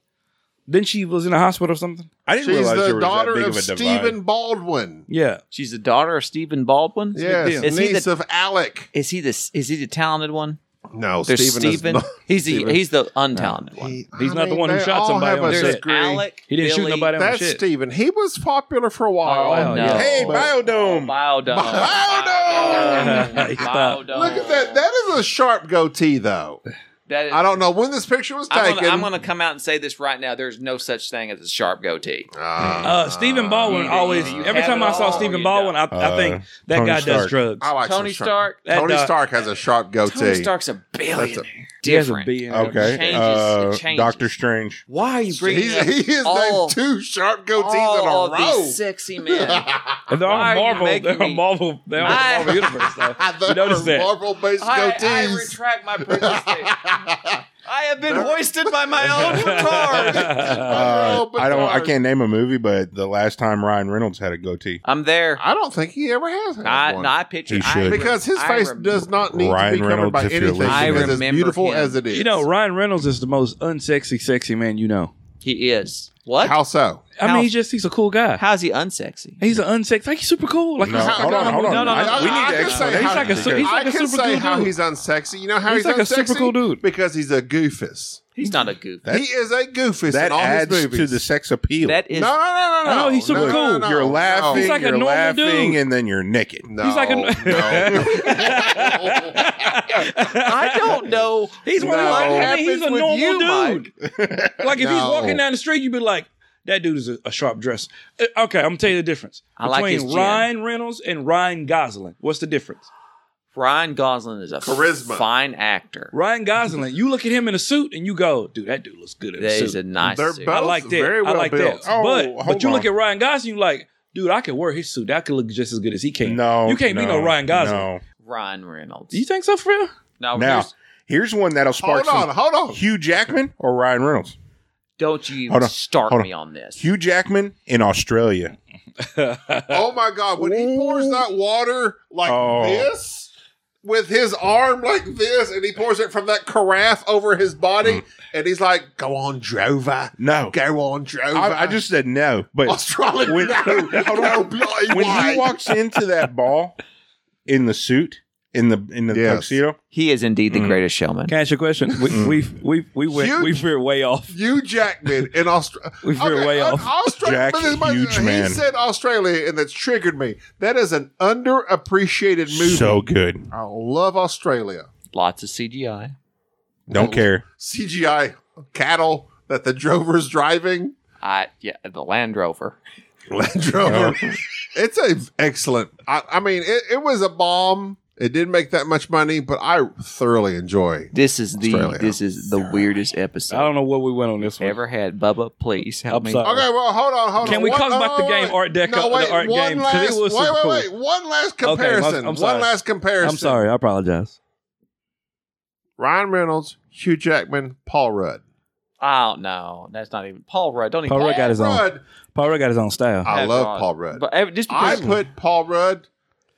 Speaker 2: Then she was in a hospital or something.
Speaker 4: I didn't
Speaker 3: She's
Speaker 4: realize there
Speaker 3: the
Speaker 4: was that
Speaker 3: daughter
Speaker 4: big
Speaker 3: of,
Speaker 4: of, a
Speaker 3: Stephen
Speaker 4: divide.
Speaker 3: Baldwin.
Speaker 2: Yeah,
Speaker 1: she's the daughter of Stephen Baldwin.
Speaker 3: Yes,
Speaker 1: Is he
Speaker 3: niece
Speaker 1: the-
Speaker 3: of Alec.
Speaker 1: Is he the is he the talented one?
Speaker 3: No,
Speaker 1: There's
Speaker 3: Stephen,
Speaker 1: Stephen.
Speaker 3: is not.
Speaker 1: he's the
Speaker 3: Steven.
Speaker 1: he's the untalented one.
Speaker 3: He-
Speaker 2: He's
Speaker 3: I
Speaker 2: not the
Speaker 3: mean,
Speaker 2: one who
Speaker 3: they
Speaker 2: shot
Speaker 3: all
Speaker 2: somebody
Speaker 3: have
Speaker 2: on
Speaker 3: a
Speaker 1: There's
Speaker 2: set.
Speaker 3: disagree.
Speaker 1: Alec.
Speaker 2: He didn't shoot
Speaker 1: Billy-
Speaker 2: nobody on
Speaker 3: That's
Speaker 2: shit.
Speaker 3: Steven. He was popular for a
Speaker 1: Oh,
Speaker 3: while.
Speaker 2: wow,
Speaker 1: no.
Speaker 2: yeah.
Speaker 4: Hey,
Speaker 1: Oh,
Speaker 4: Biodome.
Speaker 1: Biodome.
Speaker 3: Biodome!
Speaker 1: Biodome.
Speaker 2: He stopped.
Speaker 1: Biodome.
Speaker 3: Look at that. That is a sharp goatee, though.
Speaker 1: That is-
Speaker 3: I don't know when this picture was
Speaker 1: I'm
Speaker 3: taken.
Speaker 1: gonna, I'm gonna come out and say this right now. There's no such thing as a sharp goatee.
Speaker 3: Ah.
Speaker 2: Uh, Stephen Baldwin
Speaker 1: you-
Speaker 2: always.
Speaker 1: you
Speaker 2: every
Speaker 1: have
Speaker 2: time
Speaker 1: it
Speaker 2: I saw
Speaker 1: all,
Speaker 2: Stephen
Speaker 1: you
Speaker 2: Baldwin, I, I
Speaker 4: Uh,
Speaker 2: think that
Speaker 4: Tony
Speaker 2: guy does
Speaker 4: Stark.
Speaker 2: drugs.
Speaker 3: I like some
Speaker 1: Tony
Speaker 3: sharp-
Speaker 1: Stark.
Speaker 2: That
Speaker 3: Tony
Speaker 2: dog-
Speaker 3: Stark has a sharp goatee.
Speaker 1: Tony Stark's a billionaire.
Speaker 2: He has a
Speaker 1: Different.
Speaker 2: B in it.
Speaker 4: Okay.
Speaker 1: Changes, it
Speaker 4: Uh,
Speaker 1: changes.
Speaker 4: Doctor Strange.
Speaker 1: Why are you bringing
Speaker 3: He's,
Speaker 1: up
Speaker 3: he is
Speaker 1: all-
Speaker 3: named two sharp goatees
Speaker 1: all
Speaker 3: in
Speaker 1: of
Speaker 3: a row.
Speaker 1: these sexy men?
Speaker 2: And They're
Speaker 1: Why
Speaker 2: on
Speaker 1: are you
Speaker 2: Marvel.
Speaker 1: making
Speaker 2: They're
Speaker 1: me-
Speaker 2: on Marvel. They're on
Speaker 1: I-
Speaker 2: Marvel universe. though. You notice that?
Speaker 3: Marvel based
Speaker 1: I, I
Speaker 3: goatees.
Speaker 1: retract my protest. I have been hoisted by my own petard.
Speaker 4: Uh,
Speaker 3: Oh,
Speaker 4: I don't. I
Speaker 3: Bedard.
Speaker 4: can't name a movie, but the last time Ryan Reynolds had a goatee,
Speaker 1: I'm there.
Speaker 3: I don't think he ever has. Had
Speaker 1: I,
Speaker 3: one.
Speaker 1: no, I picture
Speaker 4: He
Speaker 1: I
Speaker 4: should.
Speaker 3: because his
Speaker 1: I
Speaker 3: face
Speaker 1: rem-
Speaker 3: does not need
Speaker 4: Ryan
Speaker 3: to be covered
Speaker 4: Reynolds,
Speaker 3: by
Speaker 4: if you're
Speaker 3: anything.
Speaker 4: listening. I
Speaker 3: because as
Speaker 1: remember
Speaker 3: beautiful
Speaker 1: him.
Speaker 3: as it is.
Speaker 2: You know, Ryan Reynolds is the most unsexy, sexy man you know.
Speaker 1: He is what?
Speaker 3: how so?
Speaker 2: I
Speaker 1: How-
Speaker 2: mean, he's just he's a cool guy.
Speaker 1: How is he unsexy?
Speaker 2: He's an unsexy. Like he's super cool. Like
Speaker 4: No,
Speaker 2: he's,
Speaker 4: hold on, hold on.
Speaker 2: No, no, no.
Speaker 4: I- we need
Speaker 3: I
Speaker 4: to
Speaker 3: can say
Speaker 4: explain.
Speaker 3: how-
Speaker 2: He's like a su- he's
Speaker 3: I
Speaker 2: like a
Speaker 3: can
Speaker 2: super
Speaker 3: say
Speaker 2: cool
Speaker 3: how
Speaker 2: dude.
Speaker 3: he's unsexy. You know how he's,
Speaker 2: He's like a
Speaker 3: unsexy?
Speaker 2: super cool dude.
Speaker 3: because he's a goofus.
Speaker 1: He's not a goof.
Speaker 4: That-
Speaker 3: he is a goofus
Speaker 4: that
Speaker 3: in all
Speaker 4: adds
Speaker 3: his
Speaker 4: to
Speaker 3: movies.
Speaker 4: the sex appeal.
Speaker 1: That is
Speaker 3: no, no, no, no,
Speaker 2: I know, he's super
Speaker 3: no, no,
Speaker 2: cool.
Speaker 3: no,
Speaker 4: you're
Speaker 3: no.
Speaker 4: laughing,
Speaker 2: He's like a
Speaker 4: you're
Speaker 2: normal
Speaker 4: laughing,
Speaker 2: dude.
Speaker 4: and then you're naked.
Speaker 3: No,
Speaker 2: He's like a-
Speaker 3: no.
Speaker 1: I don't know.
Speaker 2: he's one
Speaker 3: No.
Speaker 2: of those- I mean, he's a
Speaker 3: Happens with
Speaker 2: normal
Speaker 3: you,
Speaker 2: dude. like if he's
Speaker 3: No.
Speaker 2: walking down the street, you'd be like, "That dude is a, a sharp dresser." Uh, Okay, I'm gonna tell you the difference
Speaker 1: I like his
Speaker 2: between
Speaker 1: gin.
Speaker 2: Ryan Reynolds and Ryan Gosling. What's the difference?
Speaker 1: Ryan Gosling is a
Speaker 3: Charisma.
Speaker 1: fine actor.
Speaker 2: Ryan Gosling, you look at him in a suit and you go, "Dude, that dude looks good in
Speaker 1: That
Speaker 2: a
Speaker 1: is
Speaker 2: suit."
Speaker 1: a nice.
Speaker 3: They're
Speaker 1: suit.
Speaker 2: I
Speaker 3: both
Speaker 2: like that.
Speaker 3: very well
Speaker 2: I like
Speaker 3: built.
Speaker 2: that.
Speaker 4: Oh,
Speaker 2: but
Speaker 4: hold
Speaker 2: but you
Speaker 4: on.
Speaker 2: look at Ryan Gosling, you like, "Dude, I could wear his suit. I could look just as good as he can."
Speaker 4: No,
Speaker 2: you can't be no Ryan Gosling.
Speaker 4: no.
Speaker 1: Ryan Reynolds.
Speaker 2: Do you think so, for real?
Speaker 1: Now,
Speaker 4: Now,
Speaker 1: here's-
Speaker 4: here's one that'll spark
Speaker 3: Hold on,
Speaker 4: some.
Speaker 3: hold on.
Speaker 4: Hugh Jackman or Ryan Reynolds?
Speaker 1: don't you
Speaker 4: Hold on,
Speaker 1: start
Speaker 4: hold on.
Speaker 1: me on this.
Speaker 4: Hugh Jackman in Australia.
Speaker 3: Oh my god, when he pours that water like
Speaker 4: Oh.
Speaker 3: this with his arm like this, and he pours it from that carafe over his
Speaker 4: Mm.
Speaker 3: body, and he's like, "Go on, Drover,
Speaker 4: No,
Speaker 3: go on, Drover."
Speaker 4: I, I just said no. But
Speaker 3: Australian.
Speaker 4: When-
Speaker 3: no,
Speaker 4: hold on.
Speaker 3: no, bloody
Speaker 4: when
Speaker 3: white.
Speaker 4: he walks into that ball in the suit in the in the
Speaker 3: Yes.
Speaker 4: tuxedo,
Speaker 1: He is indeed
Speaker 4: Mm.
Speaker 1: the greatest showman.
Speaker 2: Can I ask you a question? We we we we went,
Speaker 3: Huge-
Speaker 2: we veered way off.
Speaker 3: Hugh Jackman in Australia.
Speaker 2: We veered way off.
Speaker 4: Jack, huge
Speaker 3: he
Speaker 4: man.
Speaker 3: said Australia, and that's triggered me. That is an underappreciated movie.
Speaker 4: so good.
Speaker 3: I love Australia.
Speaker 1: Lots of CGI.
Speaker 4: Don't care.
Speaker 3: CGI cattle that the drover's driving.
Speaker 1: I yeah, the Land Rover.
Speaker 3: Land Rover. it's a excellent. I, I mean, it, it was a bomb. It didn't make that much money, but I thoroughly enjoy.
Speaker 1: This is the
Speaker 3: Australia.
Speaker 1: this is the weirdest episode
Speaker 2: I don't know what we went on this one.
Speaker 1: ever had. Bubba, please help
Speaker 2: I'm
Speaker 1: me.
Speaker 2: sorry.
Speaker 3: Okay, well, hold on, hold on.
Speaker 2: Can we
Speaker 3: One-
Speaker 2: talk
Speaker 3: no,
Speaker 2: about the
Speaker 3: no,
Speaker 2: game
Speaker 3: wait.
Speaker 2: Art Deco-
Speaker 3: No,
Speaker 2: the
Speaker 3: wait,
Speaker 2: art
Speaker 3: one
Speaker 2: game, 'cause
Speaker 3: Last,
Speaker 2: it was
Speaker 3: wait,
Speaker 2: super
Speaker 3: wait,
Speaker 2: cool.
Speaker 3: wait. One last
Speaker 2: I'm- I'm
Speaker 3: comparison.
Speaker 2: sorry.
Speaker 3: One last comparison.
Speaker 2: I'm sorry. I apologize.
Speaker 3: Ryan Reynolds, Hugh Jackman, Paul Rudd.
Speaker 1: Oh no, that's not even Paul Rudd. Don't even.
Speaker 2: Paul Rudd got his own.
Speaker 3: Rudd.
Speaker 2: Paul Rudd got his own style.
Speaker 3: I
Speaker 1: That's
Speaker 3: love
Speaker 1: odd.
Speaker 3: Paul Rudd.
Speaker 1: But ev- just
Speaker 3: I
Speaker 1: because
Speaker 3: put Paul Rudd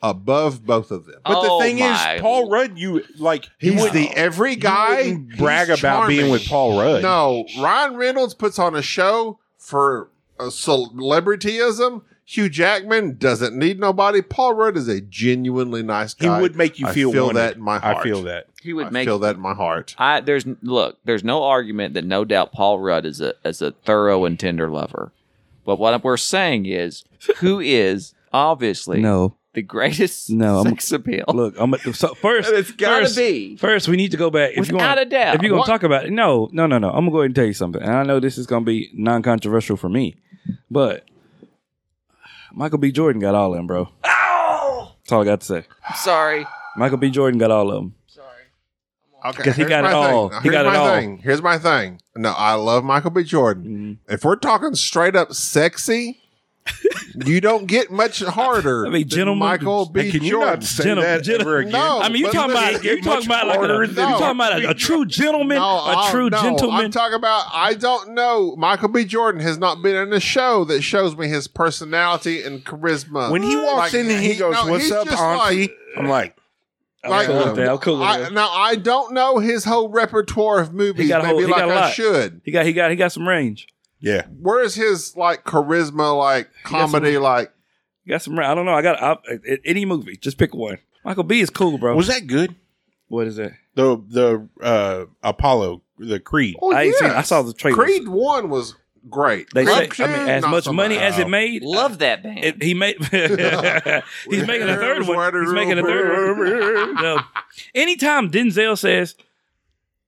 Speaker 3: above both of them.
Speaker 4: But
Speaker 1: Oh
Speaker 4: the thing
Speaker 1: my
Speaker 4: is, Paul Rudd, you like he
Speaker 3: He's
Speaker 4: would
Speaker 3: the every guy.
Speaker 4: brag
Speaker 3: He's
Speaker 4: about being
Speaker 3: charming.
Speaker 4: with Paul Rudd.
Speaker 3: No, Ryan Reynolds puts on a show for uh, celebrityism. Hugh Jackman doesn't need nobody. Paul Rudd is a genuinely nice
Speaker 4: he
Speaker 3: guy.
Speaker 4: would make you
Speaker 3: I
Speaker 4: feel.
Speaker 3: feel
Speaker 4: wanted.
Speaker 3: that in my heart.
Speaker 4: I feel that.
Speaker 1: he would
Speaker 3: I
Speaker 1: make.
Speaker 3: feel that in my heart.
Speaker 1: I there's look there's no argument that no doubt Paul Rudd is a is a thorough and tender lover, but what we're saying is who is obviously
Speaker 2: No,
Speaker 1: the greatest
Speaker 2: No, I'm-
Speaker 1: sex appeal.
Speaker 2: look, I'm at the, so first.
Speaker 1: It's gotta
Speaker 2: first-
Speaker 1: be.
Speaker 2: First, we need to go back. If you
Speaker 1: Without
Speaker 2: wanna,
Speaker 1: a doubt.
Speaker 2: If you're gonna
Speaker 3: What?
Speaker 2: talk about it, no, no, no, no. I'm gonna go ahead and tell you something, and I know this is gonna be non-controversial for me, but Michael B. Jordan got all of them, bro. That's all I got to say.
Speaker 1: Sorry,
Speaker 2: Michael B. Jordan got all of them.
Speaker 1: sorry.
Speaker 3: Okay,
Speaker 2: 'Cause he
Speaker 3: here's
Speaker 2: got
Speaker 3: my
Speaker 2: it all.
Speaker 3: Thing.
Speaker 2: He
Speaker 3: here's
Speaker 2: got it
Speaker 3: my
Speaker 2: all.
Speaker 3: thing. Here's my thing. No, I love Michael B. Jordan.
Speaker 2: Mm.
Speaker 3: If we're talking straight up sexy, you don't get much harder.
Speaker 2: I mean,
Speaker 3: than
Speaker 2: gentlemen-
Speaker 3: Michael B.
Speaker 4: Hey, can you
Speaker 3: Jordan.
Speaker 4: not say
Speaker 2: Gentlemen-
Speaker 4: that
Speaker 2: gentlemen-
Speaker 4: ever again?
Speaker 3: No.
Speaker 2: I mean, you
Speaker 3: Oh, but
Speaker 2: talking
Speaker 3: listen,
Speaker 2: about you
Speaker 3: it's
Speaker 2: talking
Speaker 3: much
Speaker 2: about like a,
Speaker 3: harder
Speaker 2: you
Speaker 3: than-
Speaker 2: talking about a, a true gentleman, a
Speaker 3: I-
Speaker 2: true
Speaker 3: no, I'm
Speaker 2: gentleman.
Speaker 3: talking about. I don't know. Michael B. Jordan has not been in a show that shows me his personality and charisma.
Speaker 4: When he walks
Speaker 3: Like,
Speaker 4: in and he goes,
Speaker 3: no,
Speaker 4: "What's
Speaker 3: he's
Speaker 4: up,
Speaker 3: just
Speaker 4: Auntie?"
Speaker 3: like-
Speaker 4: I'm like,
Speaker 3: like,
Speaker 2: cool with that. I'm cool with
Speaker 3: I-
Speaker 2: that.
Speaker 3: Now I don't know his whole repertoire of movies.
Speaker 2: got a whole-
Speaker 3: maybe
Speaker 2: he
Speaker 3: like
Speaker 2: got a
Speaker 3: I
Speaker 2: lot.
Speaker 3: should.
Speaker 2: he got he got he got some range.
Speaker 4: yeah,
Speaker 3: Where is his like charisma, like
Speaker 2: some-
Speaker 3: comedy, like?
Speaker 2: You got some. I don't know. I got I, I- any movie. Just pick one. Michael B is cool, bro.
Speaker 4: was that good?
Speaker 2: what is it?
Speaker 4: The the uh, Apollo, the Creed.
Speaker 3: Oh,
Speaker 2: I ain't seen- I
Speaker 3: yes.
Speaker 2: saw the trailer.
Speaker 3: Creed One was great.
Speaker 2: They say,
Speaker 3: Creed
Speaker 2: I mean,
Speaker 3: two,
Speaker 2: as
Speaker 3: not
Speaker 2: much
Speaker 3: so
Speaker 2: money as it
Speaker 4: Wow.
Speaker 2: made,
Speaker 1: Love that band.
Speaker 2: It, he made. he's making a third one. He's making a third one. no. Anytime Denzel says,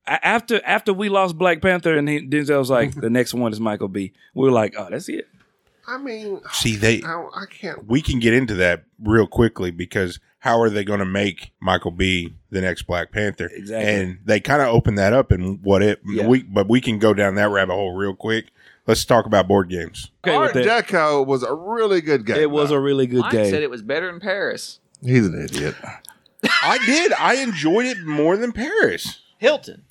Speaker 2: a- after after we lost Black Panther, and he, Denzel's like, the next one is Michael B. We are like, oh, that's it.
Speaker 3: I mean,
Speaker 4: See, they
Speaker 3: I, I can't.
Speaker 4: we can get into that real quickly because how are they going to make Michael B the next Black Panther?
Speaker 2: Exactly.
Speaker 4: And they kind of opened that up and what it
Speaker 2: Yeah.
Speaker 4: we but we can go down that rabbit hole real quick. Let's talk about board games.
Speaker 2: Okay
Speaker 3: Art
Speaker 2: with that.
Speaker 3: Deco was a really good game.
Speaker 2: It was a really good
Speaker 1: Mike said
Speaker 2: game.
Speaker 1: it was better in Paris.
Speaker 3: He's an idiot.
Speaker 4: I did. I enjoyed it more than Paris.
Speaker 1: Hilton.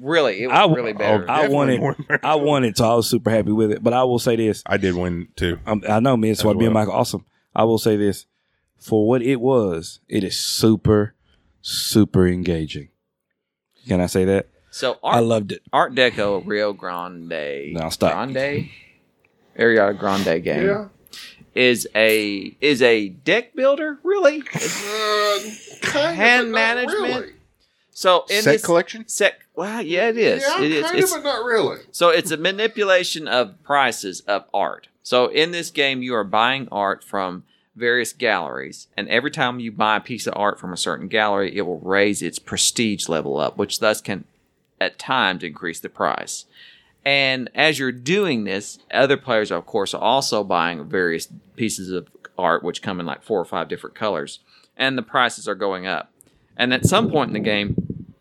Speaker 1: Really, it was
Speaker 2: I w- oh,
Speaker 1: really better.
Speaker 2: I wanted,
Speaker 4: Definitely more-
Speaker 2: I wanted to. I was super happy with it. But I will say this:
Speaker 4: I did win too.
Speaker 2: um, I know me and Swat being
Speaker 4: well.
Speaker 2: Michael awesome. I will say this for what it was, it is super, super engaging. Can I say that?
Speaker 1: so
Speaker 2: I
Speaker 1: Art,
Speaker 2: loved it.
Speaker 1: Art Deco Rio Grande.
Speaker 2: No, stop.
Speaker 1: Grande. Ariana Grande game
Speaker 3: Yeah.
Speaker 1: is a is a deck builder. Really? It's-
Speaker 3: Uh, kind of,
Speaker 1: Hand
Speaker 3: but not
Speaker 1: management?
Speaker 3: really.
Speaker 1: so in
Speaker 4: Set
Speaker 1: this
Speaker 4: collection?
Speaker 1: set, well, yeah, it is.
Speaker 3: Yeah,
Speaker 1: it is.
Speaker 3: kind
Speaker 1: It's-
Speaker 3: of, but not really.
Speaker 1: So it's a manipulation of prices of art. So in this game, you are buying art from various galleries, and every time you buy a piece of art from a certain gallery, it will raise its prestige level up, which thus can at times increase the price. And as you're doing this, other players, of course, are also buying various pieces of art, which come in like four or five different colors, and the prices are going up. And at some point in the game,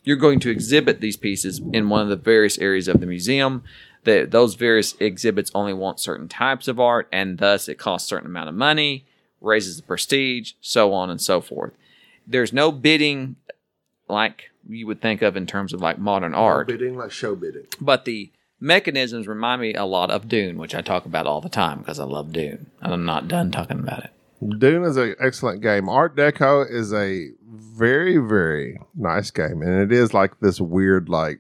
Speaker 1: you're going to exhibit these pieces in one of the various areas of the museum. That those various exhibits only want certain types of art, and thus it costs a certain amount of money, raises the prestige, so on and so forth. There's no bidding like you would think of in terms of like modern art
Speaker 3: Bidding like show bidding.
Speaker 1: but the mechanisms remind me a lot of Dune, which I talk about all the time because I love Dune, and I'm not done talking about it.
Speaker 3: Dune is an excellent game. Art Deco is a very, very nice game, and it is like this weird, like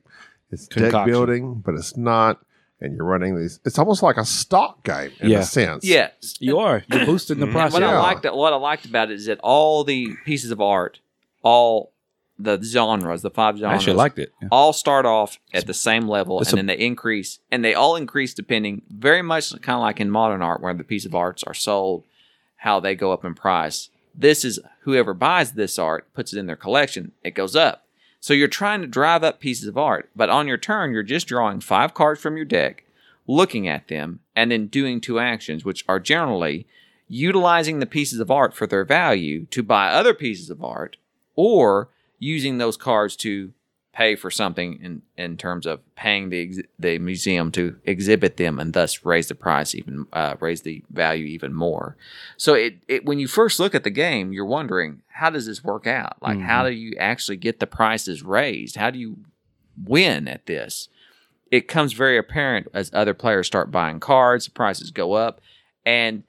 Speaker 3: it's deck
Speaker 2: Concoction.
Speaker 3: building, but it's not. And you're running these. It's almost like a stock game in
Speaker 2: Yeah.
Speaker 3: a sense.
Speaker 1: Yes,
Speaker 2: You are. You're boosting the
Speaker 1: And
Speaker 2: process.
Speaker 1: what I
Speaker 3: Yeah.
Speaker 1: liked what I liked about it is that all the pieces of art, all the genres, the five
Speaker 2: I
Speaker 1: genres,
Speaker 2: actually liked it.
Speaker 1: all start off at the same level and
Speaker 2: it's a-
Speaker 1: then they increase and they all increase depending very much kind of like in modern art where the piece of arts are sold how they go up in price this is whoever buys this art puts it in their collection it goes up so you're trying to drive up pieces of art but on your turn you're just drawing five cards from your deck looking at them and then doing two actions which are generally utilizing the pieces of art for their value to buy other pieces of art or using those cards to pay for something in, in terms of paying the ex- the museum to exhibit them and thus raise the price even uh, raise the value even more. So it, it when you first look at the game, you're wondering how does this work out? Like how
Speaker 2: Mm-hmm.
Speaker 1: do you actually get the prices raised? How do you win at this? It comes very apparent as other players start buying cards, prices go up, and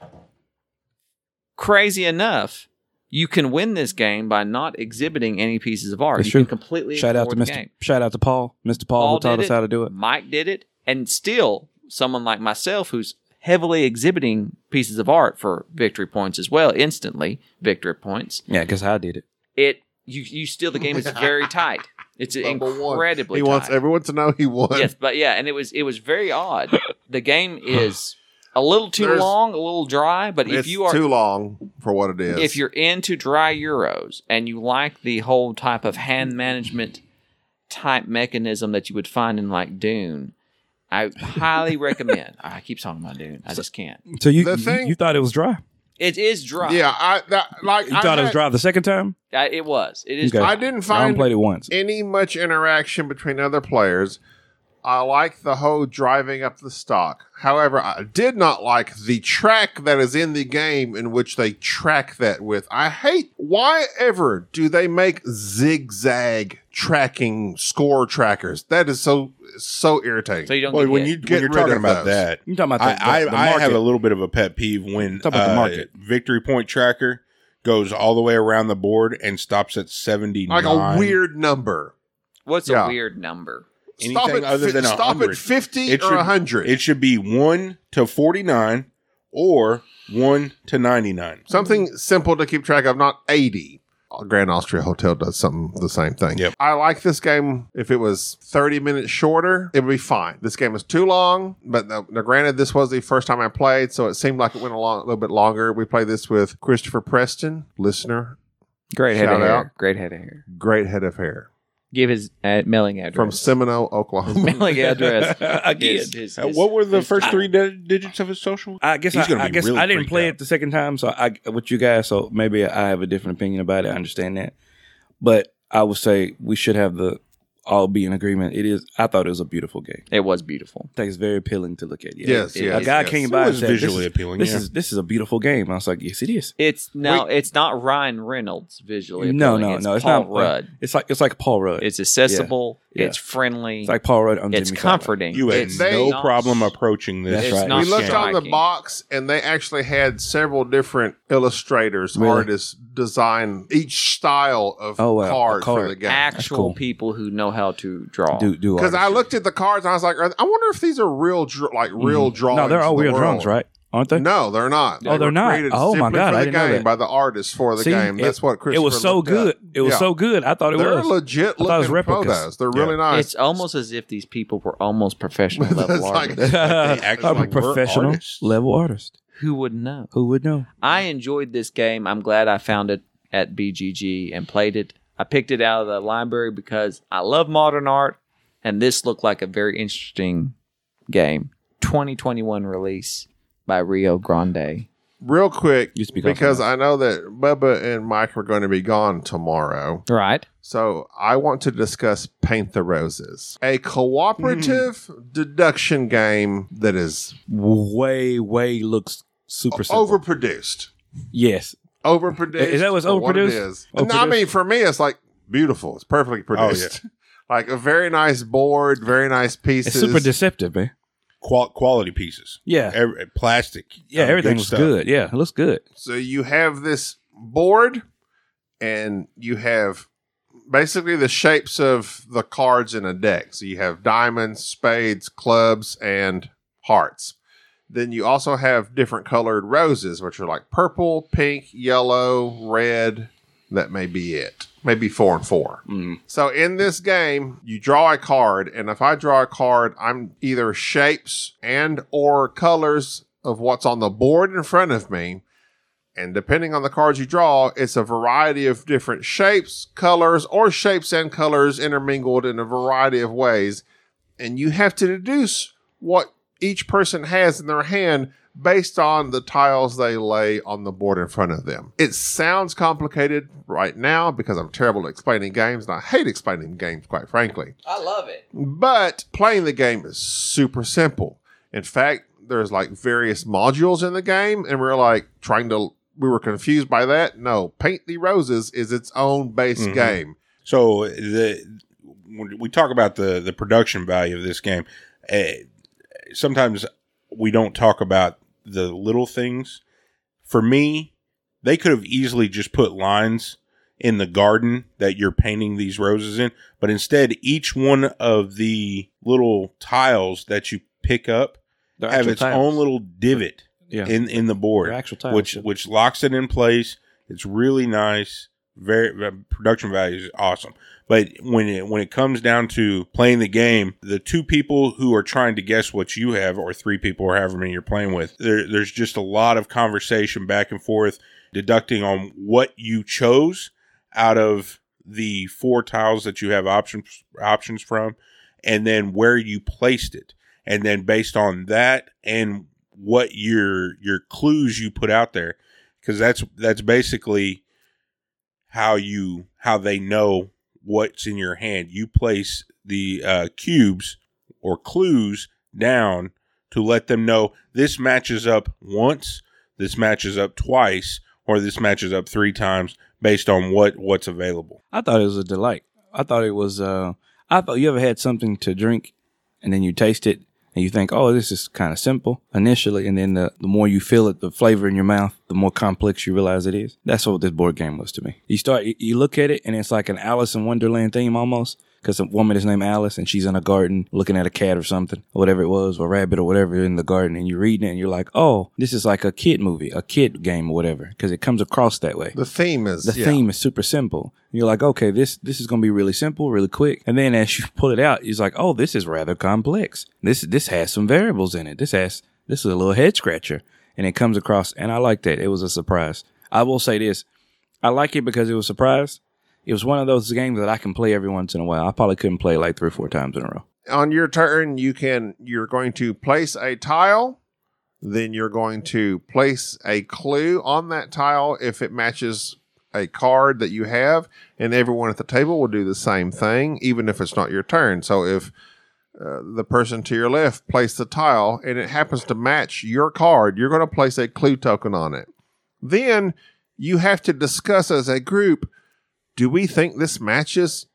Speaker 1: crazy enough, you can win this game by not exhibiting any pieces of art.
Speaker 2: That's
Speaker 1: you
Speaker 2: true.
Speaker 1: can completely
Speaker 2: Shout out
Speaker 1: ignore
Speaker 2: to
Speaker 1: the
Speaker 2: Mr.
Speaker 1: game.
Speaker 2: Shout out to Paul. Mr. Paul, who
Speaker 1: Paul
Speaker 2: taught
Speaker 1: did
Speaker 2: us how to do it.
Speaker 1: Mike did it, and still someone like myself who's heavily exhibiting pieces of art for victory points as well, instantly victory points.
Speaker 2: Yeah, because I did it.
Speaker 1: It you you still the game is very tight. It's
Speaker 3: Number one.
Speaker 1: incredibly
Speaker 3: He wants
Speaker 1: tight.
Speaker 3: everyone to know he won.
Speaker 1: yes, but yeah, and it was it was very odd. the game is a little too
Speaker 3: There's-
Speaker 1: long, a little dry, but if
Speaker 3: it's
Speaker 1: you are
Speaker 3: too long for what it is.
Speaker 1: if you're into dry euros and you like the whole type of hand management type mechanism that you would find in like Dune, I highly recommend. I keep talking about Dune. I just can't.
Speaker 2: So you
Speaker 3: The
Speaker 2: you,
Speaker 3: thing-
Speaker 2: you thought it was dry?
Speaker 1: It is dry.
Speaker 3: yeah, I that, like
Speaker 2: You
Speaker 3: I
Speaker 2: thought it was
Speaker 3: had-
Speaker 2: dry the second time?
Speaker 1: I- it was. It is.
Speaker 2: Okay.
Speaker 1: Dry.
Speaker 3: I didn't
Speaker 2: I only
Speaker 3: find
Speaker 2: played it once.
Speaker 3: any much interaction between other players. I like the whole driving up the stock. However, I did not like the track that is in the game in which they track that with. I hate why ever do they make zigzag tracking score trackers? That is so so irritating.
Speaker 1: So you don't
Speaker 4: Well,
Speaker 1: get
Speaker 4: when
Speaker 1: hit.
Speaker 4: you
Speaker 3: Get
Speaker 4: when you're
Speaker 3: rid
Speaker 4: talking
Speaker 3: of
Speaker 4: about
Speaker 3: those.
Speaker 4: that,
Speaker 2: You talking about the,
Speaker 4: I,
Speaker 2: the- the
Speaker 4: I, I have
Speaker 2: market.
Speaker 4: a little bit of a pet peeve when
Speaker 2: Talk about the
Speaker 4: uh,
Speaker 2: market.
Speaker 4: victory point tracker goes all the way around the board and stops at seventy nine.
Speaker 3: like a weird number.
Speaker 1: What's
Speaker 3: yeah.
Speaker 1: a weird number?
Speaker 3: stop
Speaker 4: Anything
Speaker 3: at,
Speaker 4: other
Speaker 3: fi-
Speaker 4: than
Speaker 3: stop
Speaker 4: 100.
Speaker 3: at 50
Speaker 4: It
Speaker 3: or
Speaker 4: should-
Speaker 3: 100.
Speaker 4: It should be one to forty nine or one to ninety nine.
Speaker 3: Something simple to keep track of, not 80. Grand Austria Hotel does something the same thing.
Speaker 4: Yep.
Speaker 3: I like this game. If it was 30 minutes shorter, it would be fine. This game is too long, but now, now granted, this was the first time I played, so it seemed like it went along a little bit longer. We played this with Christopher Preston, listener,
Speaker 1: Great head
Speaker 3: Shout
Speaker 1: of hair.
Speaker 3: out.
Speaker 1: Great head of hair.
Speaker 3: great head of hair
Speaker 1: Give his uh, mailing address.
Speaker 3: from Seminole, Oklahoma.
Speaker 1: mailing address.
Speaker 2: Again.
Speaker 1: His- his-
Speaker 4: Uh,
Speaker 1: his-
Speaker 4: what were the
Speaker 1: his-
Speaker 4: first three di- digits of his social?
Speaker 2: I guess
Speaker 4: He's
Speaker 2: I,
Speaker 4: gonna
Speaker 2: I
Speaker 4: be
Speaker 2: guess
Speaker 4: really
Speaker 2: I didn't
Speaker 4: freaked
Speaker 2: play
Speaker 4: out.
Speaker 2: it the second time, so I with you guys, so maybe I have a different opinion about it. I understand that, but I would say we should have the all be in agreement. It is. I thought it was a beautiful game.
Speaker 1: It was beautiful.
Speaker 2: I think it's very appealing to look at. Yeah.
Speaker 3: yes,
Speaker 1: it-
Speaker 3: yes.
Speaker 2: a guy
Speaker 3: yes.
Speaker 2: came
Speaker 4: It
Speaker 2: by and
Speaker 4: was
Speaker 2: said,
Speaker 4: visually
Speaker 2: this is,
Speaker 4: appealing.
Speaker 2: This
Speaker 4: yeah.
Speaker 2: is this is a beautiful game. I was like, yes, it is.
Speaker 1: It's no, it's not Ryan Reynolds visually.
Speaker 2: No,
Speaker 1: appealing.
Speaker 2: no, no. It's
Speaker 1: Paul
Speaker 2: not
Speaker 1: Rudd.
Speaker 2: It's like it's like Paul Rudd. It's,
Speaker 1: It's accessible.
Speaker 2: Yeah.
Speaker 1: It's friendly. It's,
Speaker 2: like Paul Rudd. on Jimmy Fallon.
Speaker 1: comforting.
Speaker 4: you had
Speaker 1: it's
Speaker 4: no
Speaker 1: not-
Speaker 4: problem approaching this.
Speaker 2: That's right.
Speaker 3: we
Speaker 1: not
Speaker 3: looked on the
Speaker 1: striking.
Speaker 3: box and they actually had several different illustrators,
Speaker 2: Really?
Speaker 3: artists design each style of
Speaker 2: Oh, wow. A
Speaker 3: card, for
Speaker 2: card.
Speaker 3: the game.
Speaker 1: Actual
Speaker 2: cool.
Speaker 1: people who know how to draw.
Speaker 2: Do do
Speaker 3: Because I
Speaker 2: artists.
Speaker 3: looked at the cards and I was like, I wonder if these are real, dr- like real drawings.
Speaker 2: Mm-hmm. No, they're all
Speaker 3: of the
Speaker 2: real
Speaker 3: world.
Speaker 2: drawings, right? Aren't they?
Speaker 3: No, they're not.
Speaker 2: Oh, they're
Speaker 3: were
Speaker 2: not.
Speaker 3: created
Speaker 2: Oh, my
Speaker 3: simply
Speaker 2: God,
Speaker 3: for
Speaker 2: I
Speaker 3: the
Speaker 2: didn't know
Speaker 3: game
Speaker 2: that.
Speaker 3: by the artists for the
Speaker 2: See,
Speaker 3: game.
Speaker 2: it-
Speaker 3: That's what
Speaker 2: It
Speaker 3: Christopher.
Speaker 2: was so
Speaker 3: looked up.
Speaker 2: good. It was
Speaker 3: Yeah.
Speaker 2: so good. I thought it
Speaker 3: They're
Speaker 2: was.
Speaker 3: legit
Speaker 2: I thought it was
Speaker 3: looking
Speaker 2: replicas.
Speaker 3: photos. They're really
Speaker 4: Yeah.
Speaker 3: nice.
Speaker 1: It's almost as if these people were almost professional level
Speaker 3: That's like-
Speaker 1: artists.
Speaker 4: actually
Speaker 2: I'm a
Speaker 4: like, we're
Speaker 2: professional
Speaker 4: artists.
Speaker 2: level artist.
Speaker 1: Who would know?
Speaker 2: Who would know?
Speaker 1: I enjoyed this game. I'm glad I found it at BGG and played it. I picked it out of the library because I love modern art, and this looked like a very interesting game. 2021 release by Rio Grande.
Speaker 3: Real quick,
Speaker 2: Used to be called
Speaker 3: because
Speaker 2: something
Speaker 3: I know that Bubba and Mike are going to be gone tomorrow.
Speaker 1: Right.
Speaker 3: So I want to discuss Paint the Roses, a cooperative deduction game that is
Speaker 2: Way, way looks super simple.
Speaker 3: overproduced.
Speaker 2: Yes.
Speaker 3: Overproduced.
Speaker 2: Is that what's
Speaker 3: for what it
Speaker 2: overproduced?
Speaker 3: is. No, I
Speaker 2: Overproduced? Oh,
Speaker 3: mean, for me, it's like beautiful. It's perfectly produced. Like a very nice board, very nice pieces.
Speaker 2: It's super deceptive, man.
Speaker 4: Qual- quality pieces.
Speaker 2: Yeah.
Speaker 4: Every- plastic.
Speaker 2: Yeah,
Speaker 4: Uh,
Speaker 2: everything looks
Speaker 4: stuff.
Speaker 2: good. Yeah, it looks good.
Speaker 3: So you have this board, and you have basically the shapes of the cards in a deck. So you have diamonds, spades, clubs, and hearts. Then you also have different colored roses, which are like purple, pink, yellow, red. That may be it. Maybe four and four. So in this game, you draw a card, and if I draw a card, I'm either shapes and or colors of what's on the board in front of me. And depending on the cards you draw, it's a variety of different shapes, colors, or shapes and colors intermingled in a variety of ways. And you have to deduce what each person has in their hand based on the tiles they lay on the board in front of them. It sounds complicated right now because I'm terrible at explaining games and I hate explaining games, quite frankly.
Speaker 1: I love it.
Speaker 3: But playing the game is super simple. In fact, there's like various modules in the game, and we're like trying to, we were confused by that. No, Paint the Roses is its own base
Speaker 2: Mm-hmm.
Speaker 4: Mhm.
Speaker 3: game.
Speaker 4: So the when we talk about the the production value of this game, eh, sometimes we don't talk about the little things. For me, they could have easily just put lines in the garden that you're painting these roses in, but instead, each one of the little tiles that you pick up
Speaker 2: They're
Speaker 4: have
Speaker 2: actual
Speaker 4: its
Speaker 2: tiles.
Speaker 4: own little divot
Speaker 2: yeah.
Speaker 4: in in the board
Speaker 2: They're actual tiles.
Speaker 4: which
Speaker 2: yeah.
Speaker 4: which locks it in place. It's really nice. Very uh, production value is awesome. But when it when it comes down to playing the game, the two people who are trying to guess what you have, or three people, or however many you're playing with, there, there's just a lot of conversation back and forth, deducting on what you chose out of the four tiles that you have options options from, and then where you placed it and then based on that and what your your clues you put out there because that's that's basically how you how they know what's in your hand you place the uh, cubes or clues down to let them know this matches up once this matches up twice or this matches up three times based on what what's available
Speaker 2: I thought it was a delight. I thought it was. Uh, I thought you ever had something to drink, and then you taste it, and you think, "Oh, this is kind of simple initially," and then the, the more you feel it, the flavor in your mouth, the more complex you realize it is. That's what this board game was to me. You start, you, you look at it, and it's like an Alice in Wonderland theme almost. because a woman is named Alice and she's in a garden looking at a cat or something, or whatever it was, or rabbit or whatever in the garden, and you're reading it and you're like, oh, this is like a kid movie, a kid game or whatever, because it comes across that way.
Speaker 3: The theme is
Speaker 2: The
Speaker 3: yeah.
Speaker 2: theme is super simple. And you're like, okay, this this is gonna be really simple, really quick. And then as you pull it out, it's like, oh, this is rather complex. This this has some variables in it. This has this is a little head scratcher. And it comes across and I like that. It was a surprise. I will say this. I like it because it was a surprise. It was one of those games that I can play every once in a while. I probably couldn't play like three or four times in a row.
Speaker 3: on your turn you can you're going to place a tile then you're going to place a clue on that tile if it matches a card that you have and everyone at the table will do the same thing even if it's not your turn so if uh, the person to your left placed the tile and it happens to match your card you're going to place a clue token on it then you have to discuss as a group do we think this matches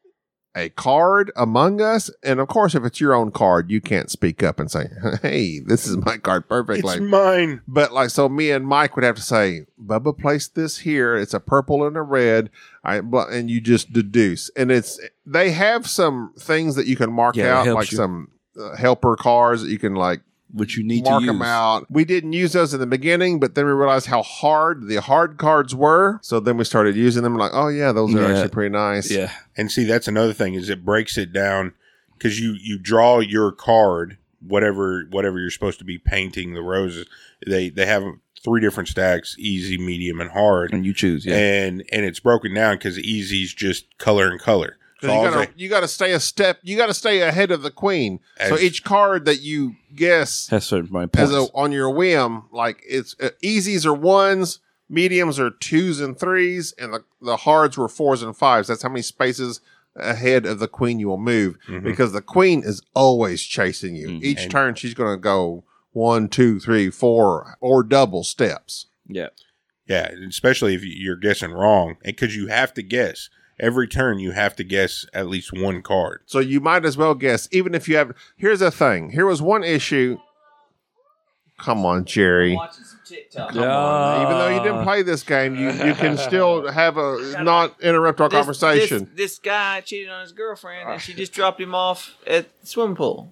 Speaker 3: a card among us and of course if it's your own card you can't speak up and say hey this is my card
Speaker 4: It's
Speaker 3: perfectly
Speaker 4: mine.
Speaker 3: but like so me and mike would have to say bubba placed this here it's a purple and a red I, bl- and you just deduce and it's they have some things that you can mark
Speaker 2: Yeah, it
Speaker 3: out
Speaker 2: helps
Speaker 3: like
Speaker 2: you.
Speaker 3: some uh, helper cards that you can like
Speaker 2: But you need
Speaker 3: mark
Speaker 2: to use.
Speaker 3: them out. We didn't use those in the beginning, but then we realized how hard the hard cards were. So then we started using them. Like, oh yeah, those are
Speaker 2: Yeah.
Speaker 3: actually pretty nice.
Speaker 2: Yeah.
Speaker 4: And see, that's another thing is it breaks it down because you you draw your card, whatever whatever you're supposed to be painting the roses. They they have three different stacks: easy, medium, and hard.
Speaker 2: And you choose, yeah.
Speaker 4: And and it's broken down because easy's just color and color. So
Speaker 3: 'Cause you
Speaker 4: all
Speaker 3: gotta
Speaker 4: they-
Speaker 3: you gotta stay a step. You gotta stay ahead of the queen. so
Speaker 4: As-
Speaker 3: each card that you guess
Speaker 2: That's certain points.
Speaker 3: as a, on your whim, like it's uh, easies are ones, mediums are twos and threes, and the the hards were fours and fives. That's how many spaces ahead of the queen you will move
Speaker 4: Mhm.
Speaker 3: because the queen is always chasing you.
Speaker 2: Mhm.
Speaker 3: Each
Speaker 4: And-
Speaker 3: turn, she's going to go one, two, three, four, or double steps.
Speaker 2: yeah.
Speaker 4: yeah, especially if you're guessing wrong, and because you have to guess every turn, you have to guess at least one card.
Speaker 3: So you might as well guess, even if you have. Here's the thing. Here was one issue. Come on, Jerry.
Speaker 1: watching some TikTok.
Speaker 2: Yeah. Uh,
Speaker 3: Even though you didn't play this game, you, you can still have a not interrupt our
Speaker 1: This-
Speaker 3: conversation. Uh.
Speaker 1: This, this guy cheated on his girlfriend, and she just dropped him off at the swimming pool.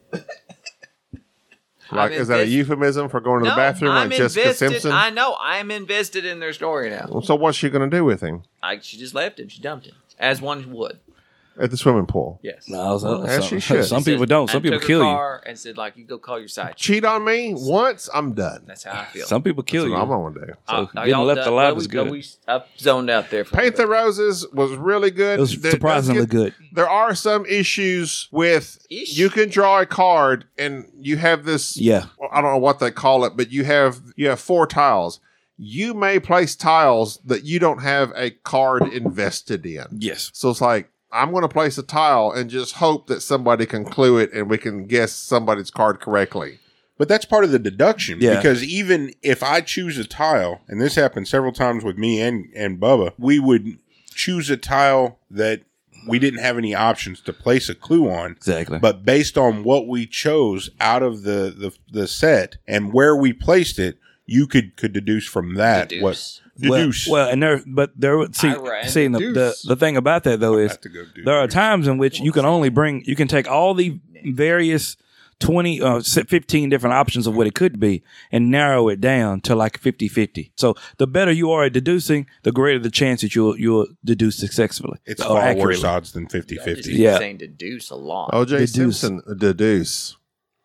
Speaker 3: Like,
Speaker 1: I'm
Speaker 3: is that a
Speaker 1: invest-
Speaker 3: euphemism for going to the
Speaker 1: No,
Speaker 3: bathroom
Speaker 1: I'm
Speaker 3: like Jessica
Speaker 1: invested-
Speaker 3: Simpson?
Speaker 1: I know. I'm invested in their story now.
Speaker 3: so what's she going to do with him
Speaker 1: I, she just left him. She dumped him, as one would.
Speaker 3: at the swimming pool?
Speaker 1: Yes.
Speaker 2: No, some,
Speaker 3: as she should.
Speaker 2: some
Speaker 1: She
Speaker 2: people
Speaker 1: said,
Speaker 2: don't. Some
Speaker 1: and
Speaker 2: people
Speaker 1: took her
Speaker 2: kill you.
Speaker 1: car And said like, you go call your side. chick."
Speaker 3: Cheat on me once, I'm done.
Speaker 1: That's how I feel.
Speaker 2: Some people kill
Speaker 3: That's
Speaker 2: you.
Speaker 3: what I'm going to do.
Speaker 1: Uh,
Speaker 2: so
Speaker 1: are
Speaker 2: getting
Speaker 1: y'all
Speaker 2: left
Speaker 1: done?
Speaker 2: alive
Speaker 1: Well,
Speaker 2: is
Speaker 1: we- well,
Speaker 2: good.
Speaker 1: We, I zoned out there. For a
Speaker 3: Paint the
Speaker 1: little bit.
Speaker 3: Roses was really good.
Speaker 2: It was
Speaker 3: There-
Speaker 2: surprisingly
Speaker 3: let's get-
Speaker 2: good.
Speaker 3: There are some issues with
Speaker 1: Ish.
Speaker 3: you can draw a card and you have this
Speaker 2: Yeah.
Speaker 3: well, I don't know what they call it, but you have you have four tiles. You may place tiles that you don't have a card invested in.
Speaker 2: Yes.
Speaker 3: So it's like I'm going to place a tile and just hope that somebody can clue it and we can guess somebody's card correctly.
Speaker 4: But that's part of the deduction
Speaker 2: Yeah.
Speaker 4: because even if I choose a tile, and this happened several times with me and and Bubba, we would choose a tile that we didn't have any options to place a clue on.
Speaker 2: Exactly.
Speaker 4: But based on what we chose out of the the, the set and where we placed it, you could could deduce from that what
Speaker 1: Deuce.
Speaker 4: deduce.
Speaker 2: Well, well and there, but there. would- See,
Speaker 1: Ira and
Speaker 2: see, the, the
Speaker 3: Deuce.
Speaker 2: the thing about that though is
Speaker 4: have to go do
Speaker 2: there are times in which you can only bring, you can take all the various. 20 uh, se- 15 different options of what it could be and narrow it down to like 50 50 so the better you are at deducing the greater the chance that you'll you'll deduce successfully
Speaker 4: it's
Speaker 2: or
Speaker 4: far worse
Speaker 2: Oh, accurately.
Speaker 4: odds than 50 50.
Speaker 1: yeah.
Speaker 2: Yeah.
Speaker 1: saying deduce a lot.
Speaker 3: OJ
Speaker 2: Deduce.
Speaker 3: Simpson deduce.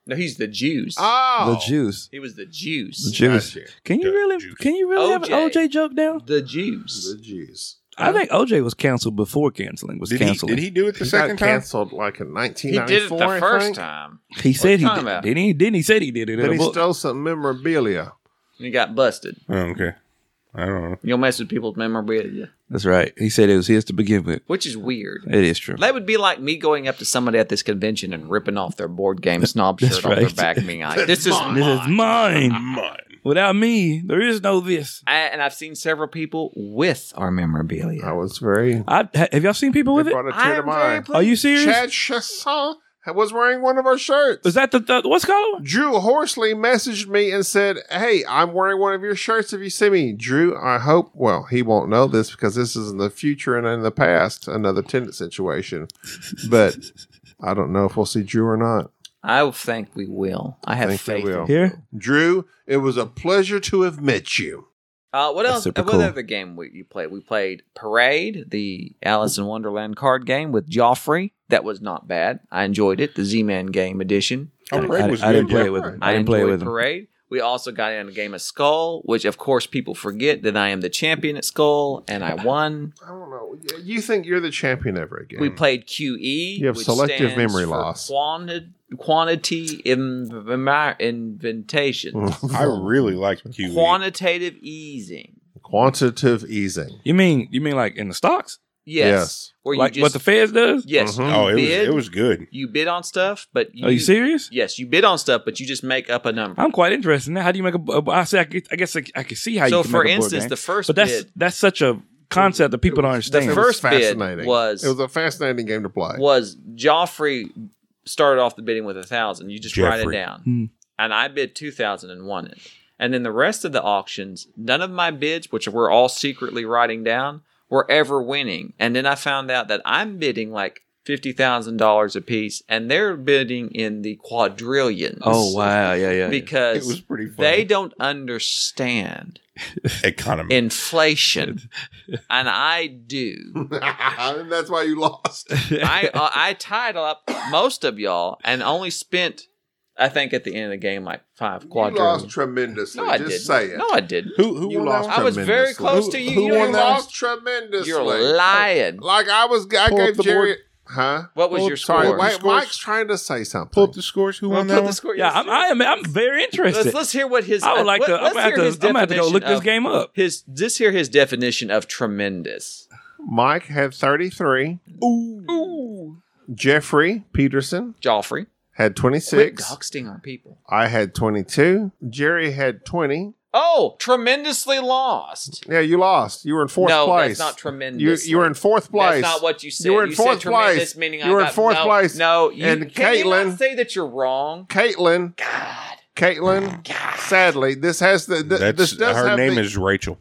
Speaker 1: No, he's the Jews.
Speaker 3: Oh,
Speaker 2: the juice
Speaker 1: he was the Jews.
Speaker 2: the juice
Speaker 3: Gotcha.
Speaker 2: can you
Speaker 4: The
Speaker 2: really
Speaker 4: juice.
Speaker 2: can you really have an
Speaker 1: OJ.
Speaker 2: oj joke down
Speaker 1: The Jews.
Speaker 3: The Jews.
Speaker 2: I think OJ was canceled before canceling was
Speaker 4: Did he,
Speaker 2: canceling.
Speaker 4: did he do it the
Speaker 3: He got
Speaker 4: second time?
Speaker 3: canceled like in
Speaker 1: He did it
Speaker 3: 1994.
Speaker 1: the
Speaker 3: I
Speaker 1: first
Speaker 3: think.
Speaker 1: time.
Speaker 2: he, said he
Speaker 1: talking
Speaker 2: did.
Speaker 1: about?
Speaker 2: Didn't he? Didn't he said he did it? in
Speaker 3: Then
Speaker 2: a
Speaker 3: he
Speaker 2: book?
Speaker 3: stole some memorabilia.
Speaker 1: And he got busted.
Speaker 4: Oh, okay. I don't know.
Speaker 1: You don't mess with people's memorabilia,
Speaker 2: That's right. He said it was his to begin with.
Speaker 1: which is weird.
Speaker 2: It is true.
Speaker 1: That would be like me going up to somebody at this convention and ripping off their board game snob
Speaker 2: That's
Speaker 1: shirt off their
Speaker 2: right.
Speaker 1: back, and being like, "This is."
Speaker 2: This is mine.
Speaker 4: Mine.
Speaker 2: Without me, there is no this.
Speaker 1: I, and I've seen several people with our memorabilia.
Speaker 3: I was very.
Speaker 2: I, ha- have y'all seen people with
Speaker 3: It
Speaker 2: it?
Speaker 3: brought a tear to
Speaker 1: I'm
Speaker 3: my eye.
Speaker 1: very pleased.
Speaker 2: Are you serious?
Speaker 3: Chad Chasson was wearing one of our shirts.
Speaker 2: Is that the, the what's color?
Speaker 3: Drew Horsley messaged me and said, Hey, I'm wearing one of your shirts if you see me. Drew, I hope, well, he won't know this because this is in the future and in the past, another tenant situation. But I don't know if we'll see Drew or not.
Speaker 1: I think we will. I have
Speaker 3: Think they
Speaker 1: faith. in
Speaker 3: will.
Speaker 2: Here.
Speaker 3: Drew, it was a pleasure to have met you.
Speaker 1: Uh, what
Speaker 2: That's
Speaker 1: else?
Speaker 2: super
Speaker 1: What
Speaker 2: cool.
Speaker 1: other game we, you played? We played Parade, the Alice in Wonderland card game with Joffrey. That was not bad. I enjoyed it. The Z-Man game edition.
Speaker 4: Oh,
Speaker 2: I,
Speaker 4: Parade
Speaker 2: I-
Speaker 4: was
Speaker 2: I didn't
Speaker 4: good,
Speaker 2: play
Speaker 4: yeah.
Speaker 2: it with him.
Speaker 1: I,
Speaker 2: I didn't play it
Speaker 1: enjoyed
Speaker 2: with him.
Speaker 1: Parade. We also got in a game of Skull, which of course people forget that I am the champion at Skull, and I won.
Speaker 3: I don't know. You think you're the champion ever again.
Speaker 1: We played QE.
Speaker 3: You have
Speaker 1: which
Speaker 3: selective
Speaker 1: stands
Speaker 3: memory
Speaker 1: for
Speaker 3: loss.
Speaker 1: Quantity, quantity inv- inventation.
Speaker 2: Mm-hmm.
Speaker 4: I really liked E. QE.
Speaker 1: Quantitative easing.
Speaker 3: Quantitative easing.
Speaker 2: You mean you mean like in the stocks?
Speaker 1: Yes.
Speaker 3: Yes.
Speaker 1: Where you
Speaker 2: like
Speaker 1: just
Speaker 2: what the Feds does?
Speaker 1: yes.
Speaker 3: Mhm.
Speaker 1: you
Speaker 4: oh, it was,
Speaker 1: bid,
Speaker 4: it was good.
Speaker 1: You bid on stuff, but you,
Speaker 2: Are Oh, you serious?
Speaker 1: Yes, you bid on stuff, but you just make up a number.
Speaker 2: I'm quite interested in that. How do you make a? a I say I could- I guess I, I can see how
Speaker 1: so,
Speaker 2: you. Can
Speaker 1: for
Speaker 2: make a board
Speaker 1: instance,
Speaker 2: game.
Speaker 1: the first
Speaker 2: but that's
Speaker 1: bid
Speaker 2: that's such a concept that people don't understand.
Speaker 3: It was
Speaker 1: first bid
Speaker 3: fascinating.
Speaker 1: was-
Speaker 3: It was a fascinating game to play.
Speaker 1: was Joffrey started off the bidding with a thousand. You just write it
Speaker 4: Jeffrey.
Speaker 1: down,
Speaker 2: Hmm.
Speaker 1: and I bid two thousand and won it. And then the rest of the auctions, none of my bids, which we're all secretly writing down, were ever winning. And then I found out that I'm bidding like fifty thousand dollars a piece, and they're bidding in the quadrillions.
Speaker 2: oh wow! Yeah, yeah. yeah.
Speaker 4: It
Speaker 1: Because
Speaker 4: was pretty fun.
Speaker 1: they don't understand
Speaker 4: Economy.
Speaker 1: inflation, and I do.
Speaker 3: and that's why you lost.
Speaker 1: I uh, I tied up most of y'all and only spent, I think, at the end of the game like five
Speaker 3: You
Speaker 1: quadrillions.
Speaker 3: lost tremendously.
Speaker 1: no, I
Speaker 3: Just
Speaker 1: didn't.
Speaker 3: say it.
Speaker 1: No, I didn't.
Speaker 4: who who
Speaker 3: You
Speaker 4: won
Speaker 3: lost
Speaker 4: that
Speaker 1: I was very
Speaker 3: tremendously.
Speaker 1: close to
Speaker 3: Who-
Speaker 1: you.
Speaker 4: who
Speaker 1: you
Speaker 4: won
Speaker 1: don't
Speaker 3: You
Speaker 1: even
Speaker 4: that?
Speaker 1: lost.
Speaker 3: lost tremendously.
Speaker 1: You're lying.
Speaker 3: Like I was, I
Speaker 4: Pull up
Speaker 3: gave
Speaker 4: the
Speaker 3: Jerry.
Speaker 4: board.
Speaker 3: Huh?
Speaker 1: What was
Speaker 4: Well,
Speaker 1: your score?
Speaker 3: Sorry,
Speaker 4: Pull up the
Speaker 3: wait,
Speaker 4: scores.
Speaker 3: Mike's trying to say
Speaker 4: Pull
Speaker 3: something.
Speaker 4: up the scores. Who
Speaker 1: Well,
Speaker 4: won
Speaker 1: put
Speaker 4: that
Speaker 1: the
Speaker 4: one?
Speaker 1: score-
Speaker 2: yeah,
Speaker 1: yes,
Speaker 2: I'm, I am. I'm very interested.
Speaker 1: Let's, let's hear what his.
Speaker 2: I would like
Speaker 1: let-
Speaker 2: to. I'm
Speaker 1: let's
Speaker 2: gonna, have
Speaker 1: hear
Speaker 2: to
Speaker 1: his
Speaker 2: I'm gonna have to go
Speaker 1: definition
Speaker 2: look this
Speaker 1: of-
Speaker 2: game up.
Speaker 1: His just hear his definition of tremendous.
Speaker 3: Mike had 33.
Speaker 4: Ooh.
Speaker 3: Jeffrey Peterson
Speaker 1: Joffrey,
Speaker 3: had
Speaker 1: quit
Speaker 3: 26.
Speaker 1: dog sting on people.
Speaker 3: I had 22. Jerry had 20.
Speaker 1: Oh, tremendously lost.
Speaker 3: Yeah, you lost. You were in fourth
Speaker 1: no,
Speaker 3: place.
Speaker 1: that's not tremendous.
Speaker 3: you, you were in fourth place.
Speaker 1: That's not what you said.
Speaker 3: You were in
Speaker 1: said
Speaker 3: fourth
Speaker 1: tremendous,
Speaker 3: place.
Speaker 1: Meaning
Speaker 3: You
Speaker 1: I
Speaker 3: were in
Speaker 1: got,
Speaker 3: fourth
Speaker 1: no,
Speaker 3: place.
Speaker 1: No, you
Speaker 3: And
Speaker 1: can you not
Speaker 3: Caitlin-
Speaker 1: say that you're wrong.
Speaker 3: Caitlin.
Speaker 1: God,
Speaker 3: Caitlin. Sadly, this has the. the
Speaker 4: That's,
Speaker 3: this does
Speaker 4: her
Speaker 3: have
Speaker 4: name
Speaker 3: the,
Speaker 4: is Rachel.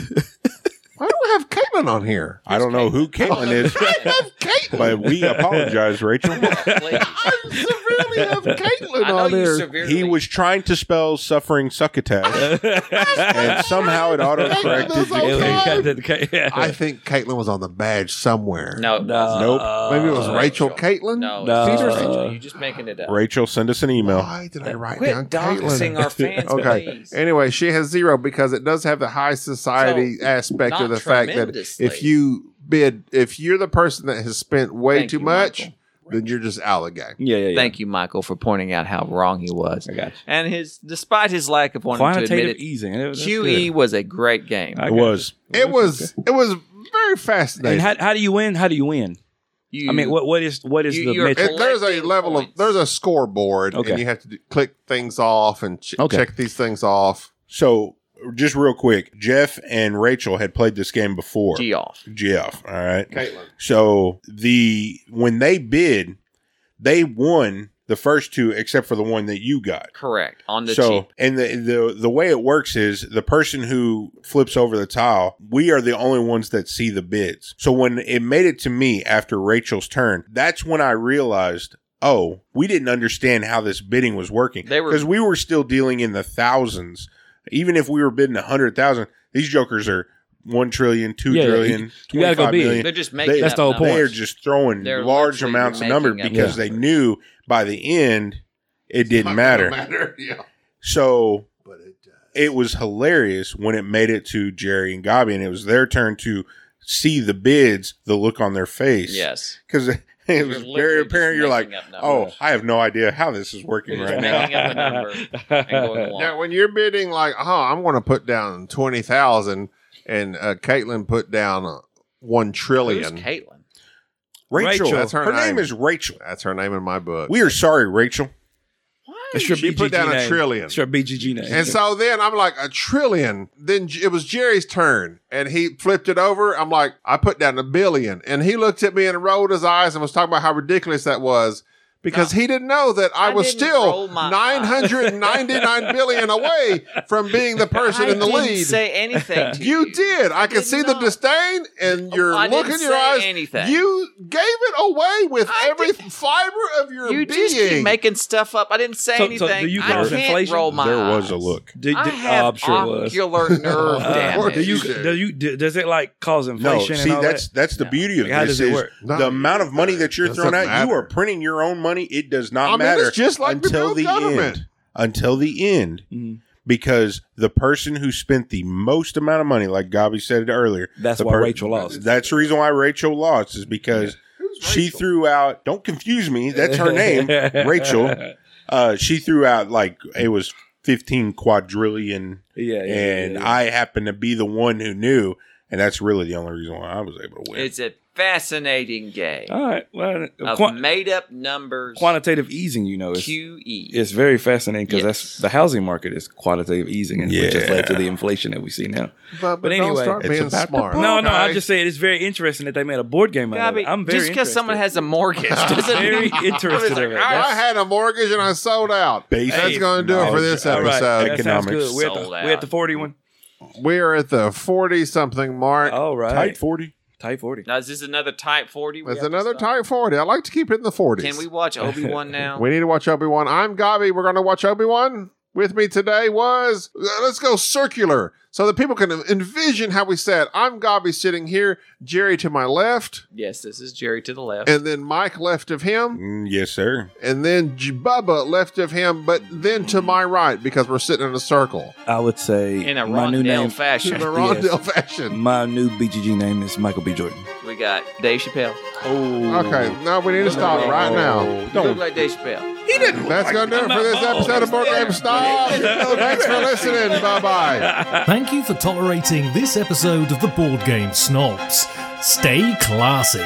Speaker 3: Why do we have Caitlin on here?
Speaker 4: I don't know who Caitlin is,
Speaker 3: Caitlin.
Speaker 4: but we apologize, Rachel.
Speaker 1: please.
Speaker 3: I severely have Caitlin
Speaker 1: I know
Speaker 3: on
Speaker 1: you
Speaker 3: there.
Speaker 1: severely.
Speaker 4: He was trying to spell suffering succotash, and somehow it autocorrected to
Speaker 3: Okay.
Speaker 4: Caitlin.
Speaker 3: I think Caitlin was on the badge somewhere.
Speaker 1: no, it wasn't.
Speaker 4: Nope.
Speaker 3: Maybe it was
Speaker 1: Uh,
Speaker 3: Rachel
Speaker 1: Rachel.
Speaker 3: Caitlin?
Speaker 1: No,
Speaker 2: No.
Speaker 1: it's
Speaker 3: Peterson.
Speaker 4: uh,
Speaker 1: Rachel. You're just making it up.
Speaker 4: Rachel, send us an email.
Speaker 3: Why did I write
Speaker 1: Quit
Speaker 3: down
Speaker 1: doxing
Speaker 3: Caitlin?
Speaker 1: our fans,
Speaker 3: okay.
Speaker 1: please.
Speaker 3: Anyway, she has zero because it does have the high society
Speaker 1: So,
Speaker 3: aspect
Speaker 1: not
Speaker 3: of the fact that
Speaker 1: tremendously.
Speaker 3: if you bid, if you're the person that has spent way
Speaker 1: Thank
Speaker 3: too
Speaker 1: you,
Speaker 3: much,
Speaker 1: Michael.
Speaker 3: then you're just out of the game.
Speaker 2: yeah, yeah, yeah.
Speaker 1: Thank you, Michael, for pointing out how wrong he was.
Speaker 2: I got you.
Speaker 1: And his, despite his lack of wanting to
Speaker 2: Quantitative
Speaker 1: admit it,
Speaker 2: easing. It E was- that's
Speaker 1: QE
Speaker 2: good.
Speaker 1: was a great game.
Speaker 2: I
Speaker 4: It
Speaker 2: got
Speaker 4: was.
Speaker 3: It was it was very fascinating.
Speaker 2: And how, how do you win? How do you win?
Speaker 1: You,
Speaker 2: I mean, what what is what is
Speaker 1: you-
Speaker 2: the
Speaker 1: you're-
Speaker 2: metric?
Speaker 3: It- there's a
Speaker 1: collecting
Speaker 3: level
Speaker 1: points.
Speaker 3: of there's a scoreboard,
Speaker 2: Okay.
Speaker 3: and you have to do, click things off and ch-
Speaker 2: Okay.
Speaker 3: check these things off.
Speaker 4: So, just real quick, Jeff and Rachel had played this game before.
Speaker 1: G off.
Speaker 4: Jeff, all right. So the when they bid, they won the first two except for the one that you got.
Speaker 1: Correct. On the
Speaker 4: so
Speaker 1: cheap.
Speaker 4: and the, the the way it works is the person who flips over the tile we are the only ones that see the bids so when it made it to me after rachel's turn that's when i realized oh we didn't understand how this bidding was working
Speaker 1: They were-
Speaker 4: because we were still dealing in the thousands even if we were bidding a hundred thousand these jokers are one trillion, two
Speaker 2: Yeah, yeah,
Speaker 4: trillion,
Speaker 2: you gotta go
Speaker 4: twenty-five
Speaker 2: big.
Speaker 4: million.
Speaker 1: They're just making
Speaker 4: They-
Speaker 1: up
Speaker 4: that's
Speaker 2: the whole
Speaker 1: numbers.
Speaker 2: point.
Speaker 4: They are just throwing
Speaker 1: They're
Speaker 4: large
Speaker 1: literally
Speaker 4: amounts of
Speaker 1: making
Speaker 4: number
Speaker 1: up
Speaker 4: because they
Speaker 1: numbers.
Speaker 4: knew by the end it didn't matter.
Speaker 3: yeah.
Speaker 4: So
Speaker 3: But it does.
Speaker 4: it was hilarious when it made it to Jerry and Gobby, and it was their turn to see the bids, the look on their face.
Speaker 1: Yes.
Speaker 4: Because it was
Speaker 1: You're
Speaker 4: very
Speaker 1: literally
Speaker 4: apparent.
Speaker 1: just
Speaker 4: You're like,
Speaker 1: making up
Speaker 4: oh,
Speaker 1: numbers."
Speaker 4: I have no idea how this is working
Speaker 1: You're
Speaker 4: right
Speaker 1: just
Speaker 4: now.
Speaker 1: making up a number and going along.
Speaker 3: Now, when you're bidding, like, oh, I'm going to put down twenty thousand, and uh, Caitlin put down uh, one
Speaker 1: Who's
Speaker 3: trillion.
Speaker 1: Caitlin?
Speaker 4: Rachel,
Speaker 2: Rachel.
Speaker 3: That's her
Speaker 4: her name
Speaker 3: name.
Speaker 4: is Rachel.
Speaker 3: That's her name in my book.
Speaker 4: We are sorry, Rachel.
Speaker 2: It's your
Speaker 3: She put
Speaker 2: BGG
Speaker 3: down a
Speaker 2: name.
Speaker 3: trillion.
Speaker 2: It's your BGG name.
Speaker 3: and so then I'm like a trillion. Then J- it was Jerry's turn, and he flipped it over. I'm like, I put down a billion, and he looked at me and rolled his eyes and was talking about how ridiculous that was. because he didn't know that I,
Speaker 1: I
Speaker 3: was
Speaker 1: didn't
Speaker 3: still
Speaker 1: roll my eye.
Speaker 3: 999 billion away from being the person
Speaker 1: I
Speaker 3: in the
Speaker 1: didn't
Speaker 3: lead.
Speaker 1: say anything. to
Speaker 3: you did. I can
Speaker 1: did
Speaker 3: see the
Speaker 1: not.
Speaker 3: disdain and your
Speaker 1: I
Speaker 3: look in
Speaker 1: didn't
Speaker 3: your
Speaker 1: say
Speaker 3: eyes.
Speaker 1: anything.
Speaker 3: You gave it away with
Speaker 1: I
Speaker 3: every
Speaker 1: did-
Speaker 3: fiber of your
Speaker 1: You
Speaker 3: being.
Speaker 1: just keep making stuff up. I didn't say
Speaker 2: So- so
Speaker 1: anything.
Speaker 2: do you
Speaker 1: I
Speaker 2: think
Speaker 1: can't
Speaker 2: there's inflation?
Speaker 1: roll my
Speaker 4: there was
Speaker 1: eyes.
Speaker 4: a look.
Speaker 2: Do,
Speaker 1: I
Speaker 2: do-
Speaker 1: have
Speaker 2: uh, I'm sure it was.
Speaker 1: ocular nerve
Speaker 3: Uh,
Speaker 2: Uh,
Speaker 1: damage.
Speaker 2: do you
Speaker 3: Damage.
Speaker 2: do you do, does it like cause
Speaker 4: No,
Speaker 2: inflation?
Speaker 4: see
Speaker 2: and all
Speaker 4: that's
Speaker 2: that?
Speaker 4: that's the
Speaker 1: No.
Speaker 4: beauty of
Speaker 2: Like, how
Speaker 4: this
Speaker 2: does it
Speaker 4: is
Speaker 2: work?
Speaker 3: No,
Speaker 4: the amount of money that you're
Speaker 3: doesn't
Speaker 4: throwing out. You
Speaker 3: matter.
Speaker 4: are printing your own money. It does not
Speaker 3: I mean,
Speaker 4: matter
Speaker 3: it's just like the
Speaker 4: until
Speaker 3: real
Speaker 4: the
Speaker 3: government.
Speaker 4: end. Until the end,
Speaker 2: Mhm.
Speaker 4: because the person who spent the most amount of money, like Gabi said earlier,
Speaker 2: That's
Speaker 4: the
Speaker 2: why Rachel lost.
Speaker 4: That's the reason why Rachel lost is because she threw out. Don't confuse me. That's her name, Rachel. Uh, she threw out like it was fifteen quadrillion,
Speaker 2: Yeah, yeah,
Speaker 4: and
Speaker 2: yeah,
Speaker 4: I happened to be the one who knew, and that's really the only reason why I was able to win.
Speaker 1: It's a fascinating game
Speaker 2: yeah. all right. Well,
Speaker 1: of
Speaker 2: quan-
Speaker 1: made up numbers. E.
Speaker 2: quantitative easing, you know, is
Speaker 1: QE.
Speaker 2: it's very fascinating because
Speaker 1: Yes.
Speaker 2: that's the housing market is quantitative easing, and which has led to
Speaker 4: Yeah.
Speaker 2: the inflation that we see now.
Speaker 3: But, but don't
Speaker 2: anyway,
Speaker 3: start
Speaker 4: it's
Speaker 3: being
Speaker 4: about the
Speaker 3: smart.
Speaker 2: No, no, I
Speaker 3: okay?
Speaker 2: just said it's very interesting that they made a board game out of
Speaker 1: Gabby,
Speaker 2: it. I'm very
Speaker 1: just because
Speaker 2: interested.
Speaker 1: someone has a mortgage doesn't
Speaker 2: very
Speaker 1: mean-
Speaker 2: interested in it.
Speaker 3: I had a mortgage and I sold out.
Speaker 4: Basic
Speaker 3: That's going to do it Oh, for
Speaker 4: knowledge.
Speaker 3: this
Speaker 4: All right.
Speaker 3: episode.
Speaker 4: Economics.
Speaker 2: We're at, the,
Speaker 1: Sold
Speaker 2: we're at the
Speaker 1: out.
Speaker 2: 41.
Speaker 3: We are at the 40 something mark.
Speaker 4: Oh.
Speaker 2: All right.
Speaker 4: Tight forty.
Speaker 2: Tight 40.
Speaker 1: Now, is this another Type 40? we
Speaker 3: That's
Speaker 1: have to
Speaker 3: another
Speaker 1: stop?
Speaker 3: type 40. I like to keep it in the 40s.
Speaker 1: Can we watch Obi Wan now?
Speaker 3: We need to watch Obi Wan. I'm Gabi. We're going to watch Obi Wan. With me today was uh, let's go circular so that people can envision how we said. I'm Gabi sitting here, Jerry to my left,
Speaker 1: yes, this is Jerry to the left.
Speaker 3: and then Mike left of him,
Speaker 4: Mm, yes, sir.
Speaker 3: and then J- Bubba left of him, but then to my right because we're sitting in a circle,
Speaker 2: I would say
Speaker 1: in a
Speaker 2: my new
Speaker 1: Rondell
Speaker 2: name.
Speaker 3: in
Speaker 1: fashion,
Speaker 3: the Rondell fashion.
Speaker 2: My new BGG name is Michael B. Jordan.
Speaker 1: we got Dave Chappelle.
Speaker 2: Oh.
Speaker 3: Okay, now we need to stop right now.
Speaker 1: You look like Dave Chappelle.
Speaker 4: He didn't.
Speaker 3: That's going to do it for this episode of Board Game Stop. Thanks for listening. Bye bye.
Speaker 5: Thank you for tolerating this episode of the Board Game Snobs. Stay classy.